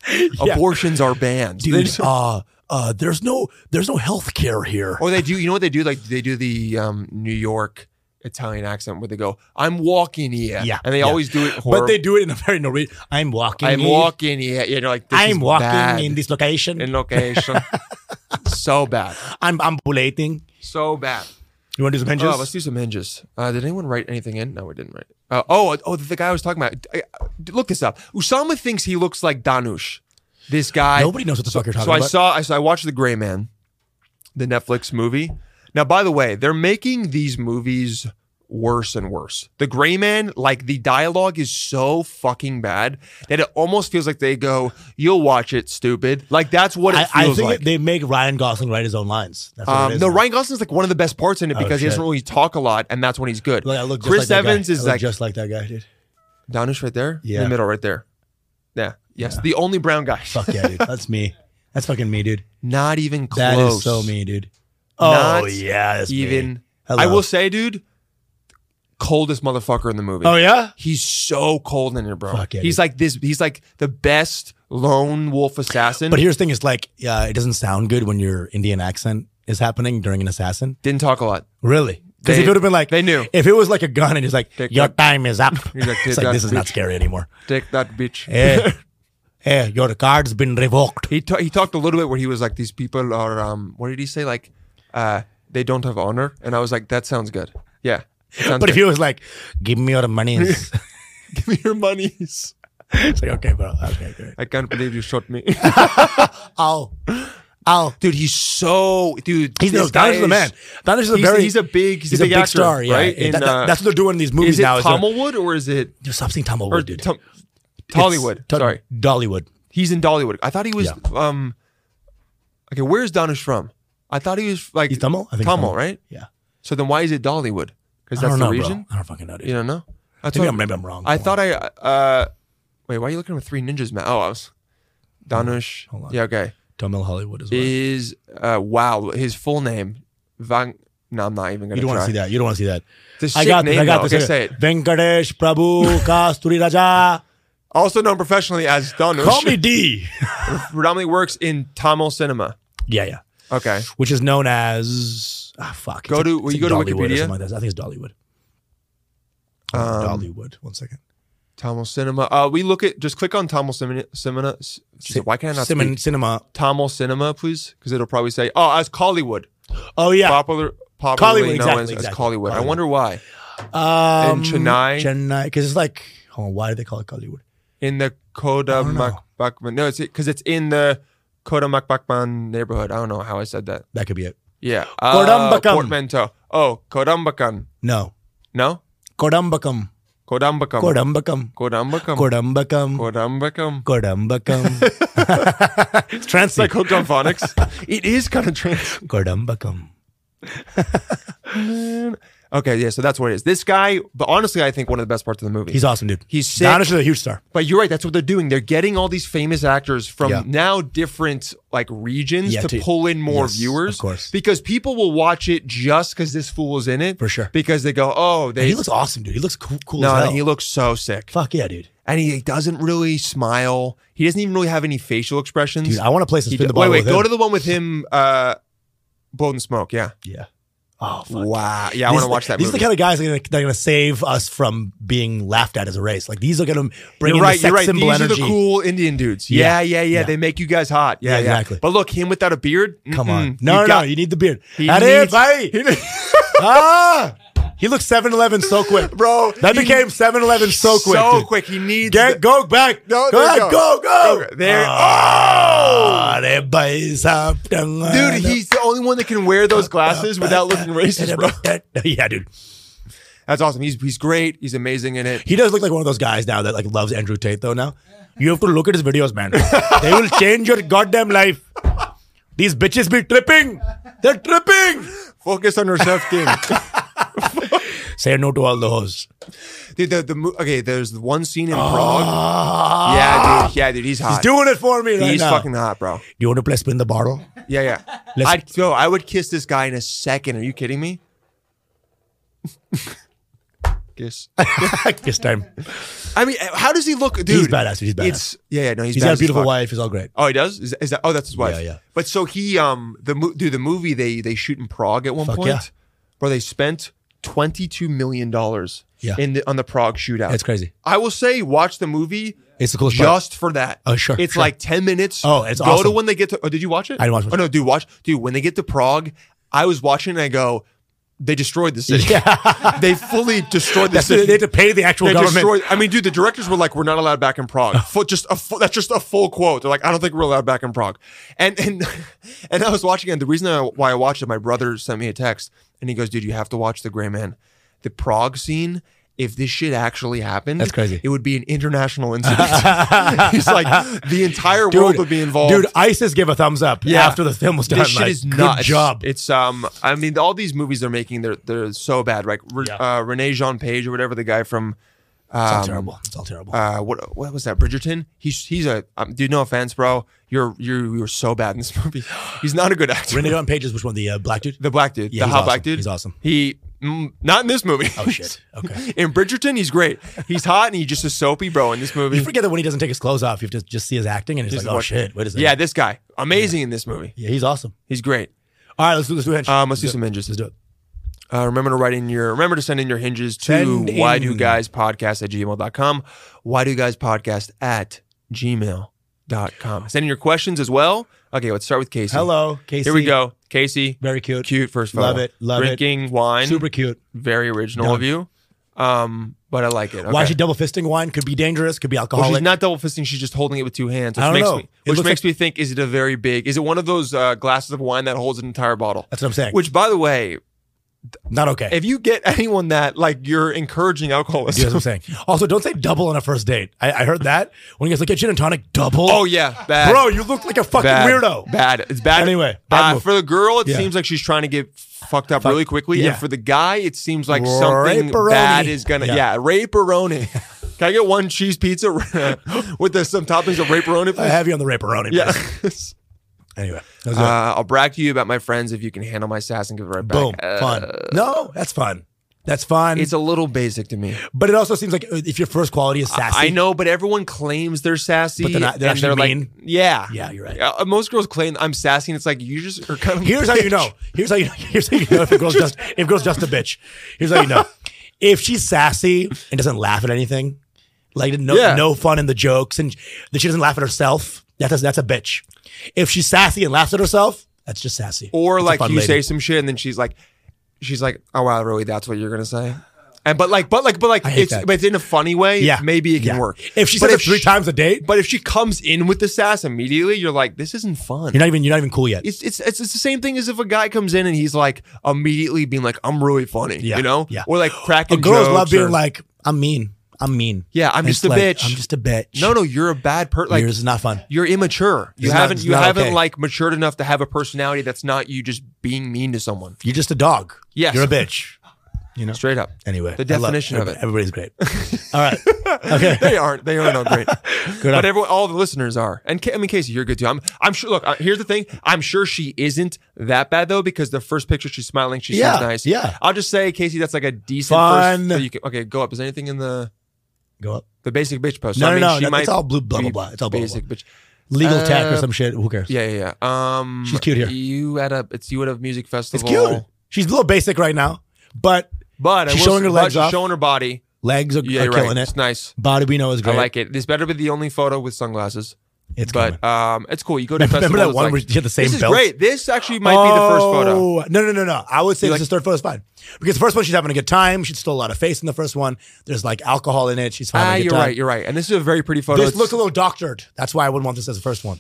S3: Yeah.
S4: Abortions are banned, *laughs* They
S3: Dude,
S4: just-
S3: uh, uh, there's no there's no health care here.
S4: or they do. You know what they do? Like they do the um, New York Italian accent where they go, "I'm walking here,"
S3: Yeah,
S4: and they
S3: yeah.
S4: always do it. Horrible.
S3: But they do it in a very Norwegian. I'm walking.
S4: I'm
S3: in.
S4: walking here. Yeah, they're like, this
S3: I'm
S4: is
S3: walking
S4: bad.
S3: in this location. *laughs*
S4: in location. so bad,
S3: I'm ambulating.
S4: so bad.
S3: You want to do some hinges?
S4: Oh, let's do some hinges. Uh, did anyone write anything in? No, we didn't write. Uh, oh, oh, the guy I was talking about. I- I- look this up. Usama thinks he looks like Danush. This guy.
S3: Nobody knows what the fuck you're talking
S4: so I
S3: about.
S4: saw, I saw, I watched The Gray Man, the Netflix movie. Now, by the way, they're making these movies worse and worse. The Gray Man, like the dialogue is so fucking bad that it almost feels like they go, "You'll watch it, stupid." Like that's what it
S3: I, I
S4: feels
S3: think
S4: like.
S3: they make Ryan Gosling write his own lines. That's what it
S4: um,
S3: is
S4: no,
S3: now.
S4: Ryan Gosling's like one of the best parts in it because he doesn't
S3: shit.
S4: really talk a lot, and that's when he's good.
S3: Look, I look just
S4: Chris
S3: like that guy.
S4: Evans
S3: I
S4: is
S3: look
S4: like
S3: just like that guy, dude.
S4: Danish right there. In
S3: Yeah.
S4: the middle right there. Yeah. Yes. The only brown guy.
S3: Fuck yeah, dude. That's me. That's fucking me, dude.
S4: Not even close.
S3: That is so me, dude. Oh
S4: Not
S3: yeah, that's me.
S4: Even.
S3: Hello.
S4: I will say, dude, coldest motherfucker in the movie.
S3: Oh yeah.
S4: He's so cold in here, bro.
S3: Fuck yeah,
S4: he's
S3: dude.
S4: like this. He's like the best lone wolf assassin.
S3: But here's the thing: is like, yeah, it doesn't sound good when your Indian accent is happening during an assassin.
S4: didn't talk a lot.
S3: Really? Because
S4: They-
S3: if it would have been like
S4: they knew.
S3: if it was like a gun and he's like,
S4: Tick,
S3: your
S4: tick.
S3: time is up.
S4: He's like,
S3: *laughs* it's
S4: tick,
S3: like this
S4: tock,
S3: is not
S4: tick.
S3: scary anymore.
S4: Take that bitch.
S3: Hey, hey, Eh, your card's been revoked.
S4: He ta- he talked a little bit where he was like, these people are um. What did he say? Like, uh, they don't have honor. And I was like, that sounds good. Yeah. it sounds
S3: But if
S4: good.
S3: he was like, give me your money, it's
S4: *laughs* give me your monies,
S3: like okay, bro, okay, good.
S4: I can't believe you
S3: *laughs*
S4: shot me,
S3: Ow, ow.
S4: dude. He's so dude.
S3: He's
S4: this
S3: no,
S4: guy
S3: Danish is the man. Danish is a
S4: he's-
S3: very
S4: he's a big- he's a big actor,
S3: star, yeah. eh,
S4: right?
S3: That-
S4: In,
S3: that-
S4: uh,
S3: that's what they're doing in these movies
S4: Is it
S3: now. is they're-
S4: Tommelwood or is it
S3: Dude, stop saying Tom
S4: or
S3: Hollywood, dude.
S4: Tom,
S3: It's
S4: Tollywood?
S3: Tom-
S4: Sorry,
S3: Dollywood.
S4: he's in Dollywood. I thought he was
S3: Yeah.
S4: um. Okay, where's Donish from? I thought he was like
S3: He's Tamil? I think he's
S4: Tamil,
S3: Tamil.
S4: right?
S3: Yeah,
S4: So then why is it Dollywood? Because
S3: I don't
S4: that's the
S3: know,
S4: region.
S3: bro. I don't fucking know, dude.
S4: You don't know? That's
S3: maybe,
S4: what-
S3: I'm, maybe I'm wrong.
S4: I
S3: Hold on.
S4: thought I uh wait. Why are you looking at three ninjas, man? Oh, I was Donish.
S3: Hold on.
S4: Yeah, okay.
S3: Tamil Hollywood is. Well. You
S4: Is uh wow his full name Vang? No, I'm not even gonna.
S3: don't want to
S4: try.
S3: see that. You don't want to see that.
S4: It's a
S3: I
S4: sick
S3: got this.
S4: name,
S3: I got
S4: though.
S3: this.
S4: Okay, say it.
S3: Venkatesh Prabhu Kasturi Raja.
S4: Also known professionally as Donish.
S3: Call me D.
S4: *laughs*
S3: *laughs*
S4: Predominantly works in Tamil cinema.
S3: yeah, yeah.
S4: Okay.
S3: Which is known as ah fuck. It's
S4: Go
S3: like-
S4: to-
S3: it's
S4: will you
S3: like
S4: go to
S3: Dollywood or
S4: Wikipedia?
S3: something like that. I think it's Dollywood.
S4: Um,
S3: Dollywood. One second.
S4: Tamil cinema. Uh, we look at just click on Tamil cinema. cinema s- Jesus, why can't I not
S3: Cinnamon,
S4: speak
S3: cinema.
S4: Tamil cinema, please? Because it'll probably say, "Oh, as Collywood,
S3: Oh yeah.
S4: popular,
S3: Collywood,
S4: popularly known
S3: exactly,
S4: as, as
S3: exactly.
S4: Collywood." I
S3: Collywood.
S4: wonder why.
S3: Um,
S4: Chennai?
S3: Chennai, because it's like, hold on, why do they call it Hollywood?
S4: In the Koda
S3: don't know.
S4: Makbakman. No, it's because it's in the Koda Makbakman neighborhood. I don't know how I said that.
S3: That could be it.
S4: Yeah, Uh,
S3: Kodambakkam.
S4: portmanteau. Oh, Kodambakan.
S3: No,
S4: No,
S3: Kodambakam,
S4: Kodambakan.
S3: Kodambakam,
S4: Kodambakan.
S3: Kodambakam,
S4: Kodambakan. *laughs*
S3: Kodambakam. it's
S4: It's like
S3: translated.
S4: hooked
S3: *laughs*
S4: on phonics. it is kind of trans.
S3: Kodambakam.
S4: Okay, yeah, so that's what it is. This guy, but honestly, I think one of the best parts of the movie.
S3: He's awesome, dude.
S4: He's sick.
S3: Danish is a huge star.
S4: but you're right, that's what they're doing. They're getting all these famous actors from
S3: Yeah.
S4: now different like regions
S3: Yeah,
S4: to,
S3: to-
S4: pull in more
S3: yes,
S4: viewers.
S3: of course.
S4: Because people will watch it just because this fool was in it.
S3: For sure.
S4: Because they go, oh, they
S3: He looks awesome, dude. He looks cool, cool
S4: no,
S3: as hell.
S4: he looks so sick.
S3: Fuck yeah, dude.
S4: And he doesn't really smile. He doesn't even really have any facial expressions.
S3: Dude, I want to play some
S4: He
S3: spin
S4: d-
S3: the bottle.
S4: wait, wait,
S3: with
S4: go
S3: him.
S4: to the one with him, uh Bolden Smoke, yeah.
S3: Yeah. Oh, fuck.
S4: Wow. Yeah, I want to watch that
S3: These
S4: movie.
S3: are the kind of guys that are gonna- that are going to save us from being laughed at as a race. Like these are going to bring in
S4: you're
S3: the
S4: right.
S3: sex
S4: you're right.
S3: symbol
S4: These
S3: energy.
S4: are the cool Indian dudes.
S3: Yeah,
S4: Yeah, yeah, yeah.
S3: yeah.
S4: They make you guys hot. Yeah,
S3: Yeah,
S4: yeah.
S3: exactly.
S4: But look, him without a beard.
S3: Come on.
S4: mm-mm.
S3: No, no,
S4: You got-
S3: you need the beard.
S4: He
S3: That is
S4: needs-
S3: right. *laughs* ah, he looks 7-Eleven so quick.
S4: bro.
S3: That
S4: he-
S3: became 7-Eleven so quick.
S4: So
S3: dude.
S4: quick. He needs.
S3: Get,
S4: the-
S3: go back.
S4: No,
S3: go,
S4: there
S3: ahead,
S4: you
S3: go.
S4: go.
S3: go,
S4: Go, there- Oh!
S3: Ah, everybody's up.
S4: Dude, he's the only one that can wear those glasses without looking racist, bro.
S3: *laughs* Yeah, dude.
S4: That's awesome. He's he's great. He's amazing in it.
S3: He does look like one of those guys now that like loves Andrew Tate though now. You have to look at his videos, man. they will change your goddamn life. These bitches be tripping. They're tripping.
S4: Focus on yourself, Kim.
S3: Say no to all those.
S4: *laughs* dude, the, the mo- okay. There's the one scene in Prague. Yeah, dude. Yeah, dude. He's hot.
S3: Ah. He's doing it for me right
S4: He's
S3: now.
S4: fucking hot, bro.
S3: Do you want to play spin the bottle? *laughs*
S4: Yeah, yeah.
S3: Let's-
S4: I'd go. I would kiss this guy in a second. Are you kidding me? *laughs* kiss.
S3: this time.
S4: I mean, how does he look, dude?
S3: He's badass, he's badass.
S4: It's yeah, yeah. No, he's
S3: He's
S4: badass
S3: got a
S4: as
S3: beautiful
S4: fuck.
S3: wife. He's all great.
S4: Oh, he does. Is, is that? Oh, that's his wife.
S3: Yeah, yeah.
S4: But so he, um, the mo- dude, the movie they they shoot in Prague at one
S3: Fuck
S4: point,
S3: yeah.
S4: bro. They spent twenty two million dollars.
S3: Yeah.
S4: In the, on the Prague shootout.
S3: It's crazy.
S4: I will say, watch the movie
S3: It's the coolest part.
S4: just for that.
S3: Oh, sure,
S4: It's
S3: sure.
S4: like ten minutes.
S3: Oh, it's
S4: go to
S3: awesome.
S4: when they get to. Oh, did you watch it?
S3: I didn't watch it.
S4: Oh no, dude, watch, dude. When they get to Prague, I was watching and I go, they destroyed
S3: *laughs*
S4: the city. Yeah. they fully destroyed the
S3: That's
S4: city.
S3: it. They had to pay the actual
S4: They
S3: government. Oh.
S4: destroyed. I mean, dude, the directors were like, "We're not allowed back in Prague." Full, just a full, that's just a full quote. They're like, "I don't think we're allowed back in Prague." And and *laughs* and I was watching it. The reason I, why I watched it, my brother sent me a text, and he goes, "Dude, you have to watch The Gray Man, the Prague scene." If this shit actually happened,
S3: That's crazy.
S4: It would be an international incident. *laughs* He's like, the entire world would be involved.
S3: Dude, ISIS gave a thumbs up
S4: Yeah.
S3: after the film was done.
S4: this shit
S3: like,
S4: is
S3: good
S4: nuts.
S3: job.
S4: It's um, I mean, all these movies they're making, they're they're so bad. Like Re-
S3: Yeah.
S4: uh, Rene Jean Page or whatever the guy from
S3: It's all
S4: Um,
S3: terrible. It's all terrible.
S4: uh, what what was that? Bridgerton. He's he's a um, dude. No offense, bro. You're you're you were so bad in this *laughs* movie. He's not a good actor.
S3: We're gonna go on pages. Which one? The uh, black dude.
S4: the black dude,
S3: Yeah,
S4: the
S3: he's
S4: hot
S3: awesome.
S4: black dude.
S3: He's awesome.
S4: He mm, not in this movie.
S3: Oh
S4: *laughs*
S3: shit. Okay.
S4: in Bridgerton, he's great. He's hot and he just is soapy, bro. In this movie,
S3: You forget that when he doesn't take his clothes off, you have to just see his acting, and it's
S4: Just
S3: like, oh
S4: watch-
S3: shit, what is that?
S4: yeah, this guy amazing in this movie.
S3: yeah, he's awesome.
S4: He's great.
S3: All right, let's do let's do hinge.
S4: Um, let's do
S3: do
S4: some hinges.
S3: Let's do it.
S4: Uh, remember to write in your remember to send in your hinges to
S3: Send
S4: why do
S3: in.
S4: guys podcast at gmail.com. Why do guys podcast at gmail.com. Send in your questions as well. Okay, let's start with Casey.
S3: Hello, Casey.
S4: Here we go. Casey,
S3: Very cute.
S4: cute first photo.
S3: Love it, love it.
S4: Drinking wine.
S3: Super cute.
S4: Very original
S3: Done.
S4: of you. Um, but I like it. Okay.
S3: Why is she double fisting wine? Could be dangerous. Could be
S4: Well,
S3: alcoholic.
S4: she's not double fisting. She's just holding it with two hands, which
S3: I don't
S4: makes
S3: know.
S4: me,
S3: It
S4: which
S3: looks
S4: makes
S3: like-
S4: me think is it a very big? Is it one of those uh, glasses of wine that holds an entire bottle?
S3: That's what I'm saying.
S4: Which, by the way,
S3: not okay.
S4: if you get *laughs* anyone that like you're encouraging
S3: You know what
S4: alcoholism.
S3: I'm
S4: *laughs*
S3: saying? Also, don't say double on a first date. I, I heard that when you guys like, get gin and tonic, double.
S4: Oh yeah, bad.
S3: bro, you look like a fucking
S4: bad,
S3: weirdo.
S4: Bad. It's bad.
S3: Anyway,
S4: uh,
S3: bad move.
S4: for the girl, it
S3: Yeah.
S4: seems like she's trying to get fucked up really quickly,
S3: Yeah.
S4: and for the guy, it seems like something
S3: Raperoni.
S4: bad is gonna. Yeah,
S3: Yeah.
S4: raperoni. *laughs* Can I get one cheese pizza *laughs* with the, some toppings of raperoni?
S3: I *laughs*
S4: Please?
S3: have you on the raperoni.
S4: Yeah.
S3: please. Anyway, that was it.
S4: *laughs* Uh, I'll brag to you about my friends if you can handle my sass and give it right back.
S3: boom.
S4: Uh,
S3: fun. No, that's fun. That's fun.
S4: It's a little basic to me.
S3: but it also seems like uh, if your first quality is sassy,
S4: I know, but everyone claims they're sassy.
S3: But they're not- they're
S4: and they're
S3: actually
S4: like,
S3: mean.
S4: yeah,
S3: Yeah, you're right.
S4: Uh, most girls claim I'm sassy, and it's like you just are kind of.
S3: Here's how you know. *laughs* Here's how you. Here's how you know if a girl's just if a girl's just a bitch. Here's how you
S4: *laughs*
S3: know. If she's sassy and doesn't laugh at anything, like no
S4: Yeah.
S3: no fun in the jokes, and that she doesn't laugh at herself, that's that's a bitch. If she's sassy and laughs at herself, that's just sassy.
S4: or
S3: It's a
S4: like
S3: fun
S4: you
S3: lady.
S4: say some shit and then she's like she's like oh wow really that's what you're gonna say and but like but like but like
S3: hate
S4: it's
S3: that.
S4: but it's in a funny way
S3: yeah,
S4: maybe it can
S3: Yeah.
S4: work
S3: If she
S4: But
S3: says it three
S4: she-
S3: times a day,
S4: but if she comes in with the sass immediately you're like this isn't fun
S3: you're not even you're not even cool yet.
S4: it's, it's it's it's the same thing as if a guy comes in and he's like immediately being like I'm really funny
S3: Yeah,
S4: you know
S3: yeah.
S4: or like
S3: But
S4: cracking
S3: girls
S4: jokes
S3: love being
S4: or-
S3: like, I'm mean, I'm mean.
S4: Yeah, I'm
S3: And
S4: just
S3: it's
S4: a
S3: like,
S4: bitch.
S3: I'm just a bitch.
S4: no no you're a bad person like
S3: yours is not fun.
S4: you're immature you
S3: It's not-
S4: haven't
S3: it's
S4: you
S3: not
S4: haven't
S3: okay.
S4: like matured enough to have a personality that's not you just being mean to someone
S3: You're just a dog.
S4: Yes.
S3: you're a bitch.
S4: straight up
S3: Anyway,
S4: The
S3: I love
S4: definition of it.
S3: Everybody's
S4: *laughs*
S3: great. All right. Okay.
S4: they aren't. They aren't all
S3: *laughs*
S4: great.
S3: Good
S4: but
S3: on-
S4: everyone, all the listeners are. And Ca- I mean, Casey, you're good too. I'm. I'm sure. Look, uh, here's the thing. I'm sure she isn't that bad though, because the first picture she's smiling. She
S3: Yeah,
S4: seems nice.
S3: yeah.
S4: I'll just say, Casey, that's like a decent
S3: Fun.
S4: First, so you can, okay, go up. Is there anything in the
S3: Go up.
S4: the basic bitch post?
S3: No,
S4: I
S3: no,
S4: mean,
S3: no,
S4: She
S3: no,
S4: might
S3: it's all blue- blah, blah,
S4: be
S3: blah. It's all blah, blah,
S4: basic bitch.
S3: Legal tech
S4: Uh,
S3: or some shit. Who cares?
S4: Yeah, yeah, yeah. Um,
S3: She's cute here.
S4: You at a it's you at a music
S3: It's
S4: festival.
S3: cute. She's a little basic right now, but
S4: But I
S3: She's
S4: will
S3: showing
S4: s-
S3: her
S4: but
S3: legs
S4: she's
S3: off.
S4: Showing her body.
S3: legs are,
S4: Yeah,
S3: are
S4: you're
S3: killing
S4: right.
S3: it.
S4: It's nice.
S3: Body we know is great.
S4: I like it. This better be the only photo with sunglasses.
S3: It's
S4: but
S3: but,
S4: um, it's cool. You go to
S3: Remember- remember
S4: festivals,
S3: that one
S4: like,
S3: where you had the same
S4: This is
S3: belt? Oh,
S4: great. This actually might be the first photo.
S3: No, no, no, no. I would say
S4: You
S3: this
S4: like-
S3: is third photo is fine because the first one she's having a good time. She's still a lot of face in the first one. There's like alcohol in it. She's having
S4: Ah,
S3: a good
S4: you're
S3: time.
S4: right. You're right. And this is a very pretty photo.
S3: this
S4: It's-
S3: looks a little doctored. That's why I wouldn't want this as the first one.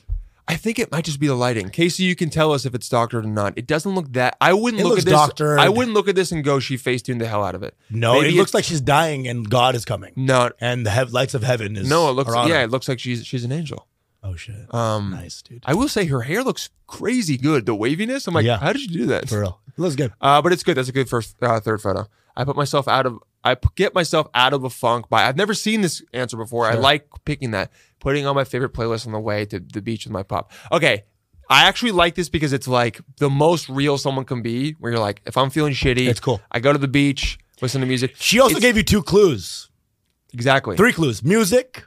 S4: I think it might just be the lighting. Casey, you can tell us if it's doctored or not. It doesn't look that. I wouldn't
S3: It
S4: look
S3: looks
S4: at this.
S3: doctored.
S4: I wouldn't look at this and go, she face tuned the hell out of it.
S3: No,
S4: Maybe
S3: it looks like she's dying and God is coming
S4: no,
S3: and the hev- lights of heaven is
S4: no. It looks
S3: are on
S4: yeah.
S3: her.
S4: It looks like she's she's an angel.
S3: Oh shit.
S4: Um,
S3: nice dude.
S4: I will say her hair looks crazy good. The waviness. I'm like,
S3: Yeah.
S4: how did you do that?
S3: For real. It looks good.
S4: Uh, but it's good. That's a good first uh, third photo. I put myself out of I p- get myself out of a funk by I've never seen this answer before. I like picking that, putting on my favorite playlist on the way to the beach with my pop. Okay. I actually like this because it's like the most real someone can be where you're like, if I'm feeling shitty,
S3: It's cool.
S4: I go to the beach, listen to music.
S3: She also
S4: It's-
S3: gave you two clues.
S4: Exactly.
S3: Three clues: music,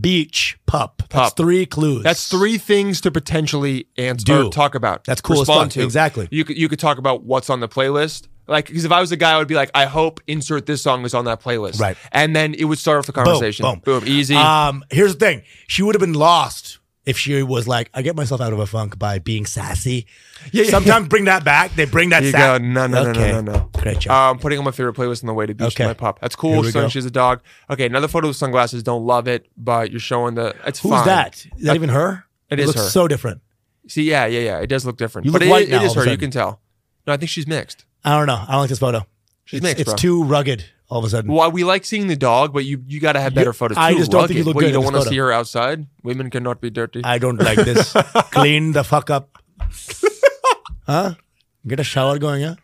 S3: beach, pup. That's
S4: Pup.
S3: three clues.
S4: That's three things to potentially answer,
S3: Do.
S4: or talk about.
S3: That's cool as
S4: Respond
S3: fuck.
S4: to.
S3: Exactly.
S4: You could you could talk about what's on the playlist. Like, because if I was a guy, I would be like, I hope insert this song is on that playlist.
S3: Right.
S4: And then it would start off the conversation.
S3: boom.
S4: Easy.
S3: Um, here's the thing: she would have been lost if she was like, "I get myself out of a funk by being sassy."
S4: Yeah, yeah,
S3: Sometimes bring that back. They bring that.
S4: You
S3: sass-
S4: go, "No, no, no, no,
S3: Okay.
S4: no, no."
S3: Great job.
S4: um, putting on my favorite playlist on the way to beach
S3: Okay.
S4: with my pop. That's
S3: Here
S4: cool.
S3: we
S4: So
S3: go.
S4: she's a dog. Okay, another photo with sunglasses. Don't love it, but you're showing the. It's
S3: Who's
S4: fine. Uh,
S3: that? Is that even her?
S4: It is
S3: looks
S4: her.
S3: So different.
S4: See, yeah, yeah, yeah. It does look different.
S3: You
S4: but
S3: look
S4: it-
S3: white now
S4: it
S3: all
S4: is
S3: of a
S4: her. You
S3: sudden.
S4: can tell. No, I think she's mixed.
S3: I don't know. I don't like this photo.
S4: She's
S3: it's,
S4: mixed,
S3: It's
S4: bro.
S3: too rugged. All of a sudden,
S4: Well, we like seeing the dog, but you you got to have better photos.
S3: I
S4: Too
S3: just don't think you
S4: rugged.
S3: look
S4: What,
S3: good
S4: You
S3: in
S4: don't
S3: this
S4: wanna
S3: photo.
S4: see her outside. Women cannot be dirty.
S3: I don't like
S4: *laughs*
S3: this. Clean the fuck up. Huh? Get a shower going. Yeah.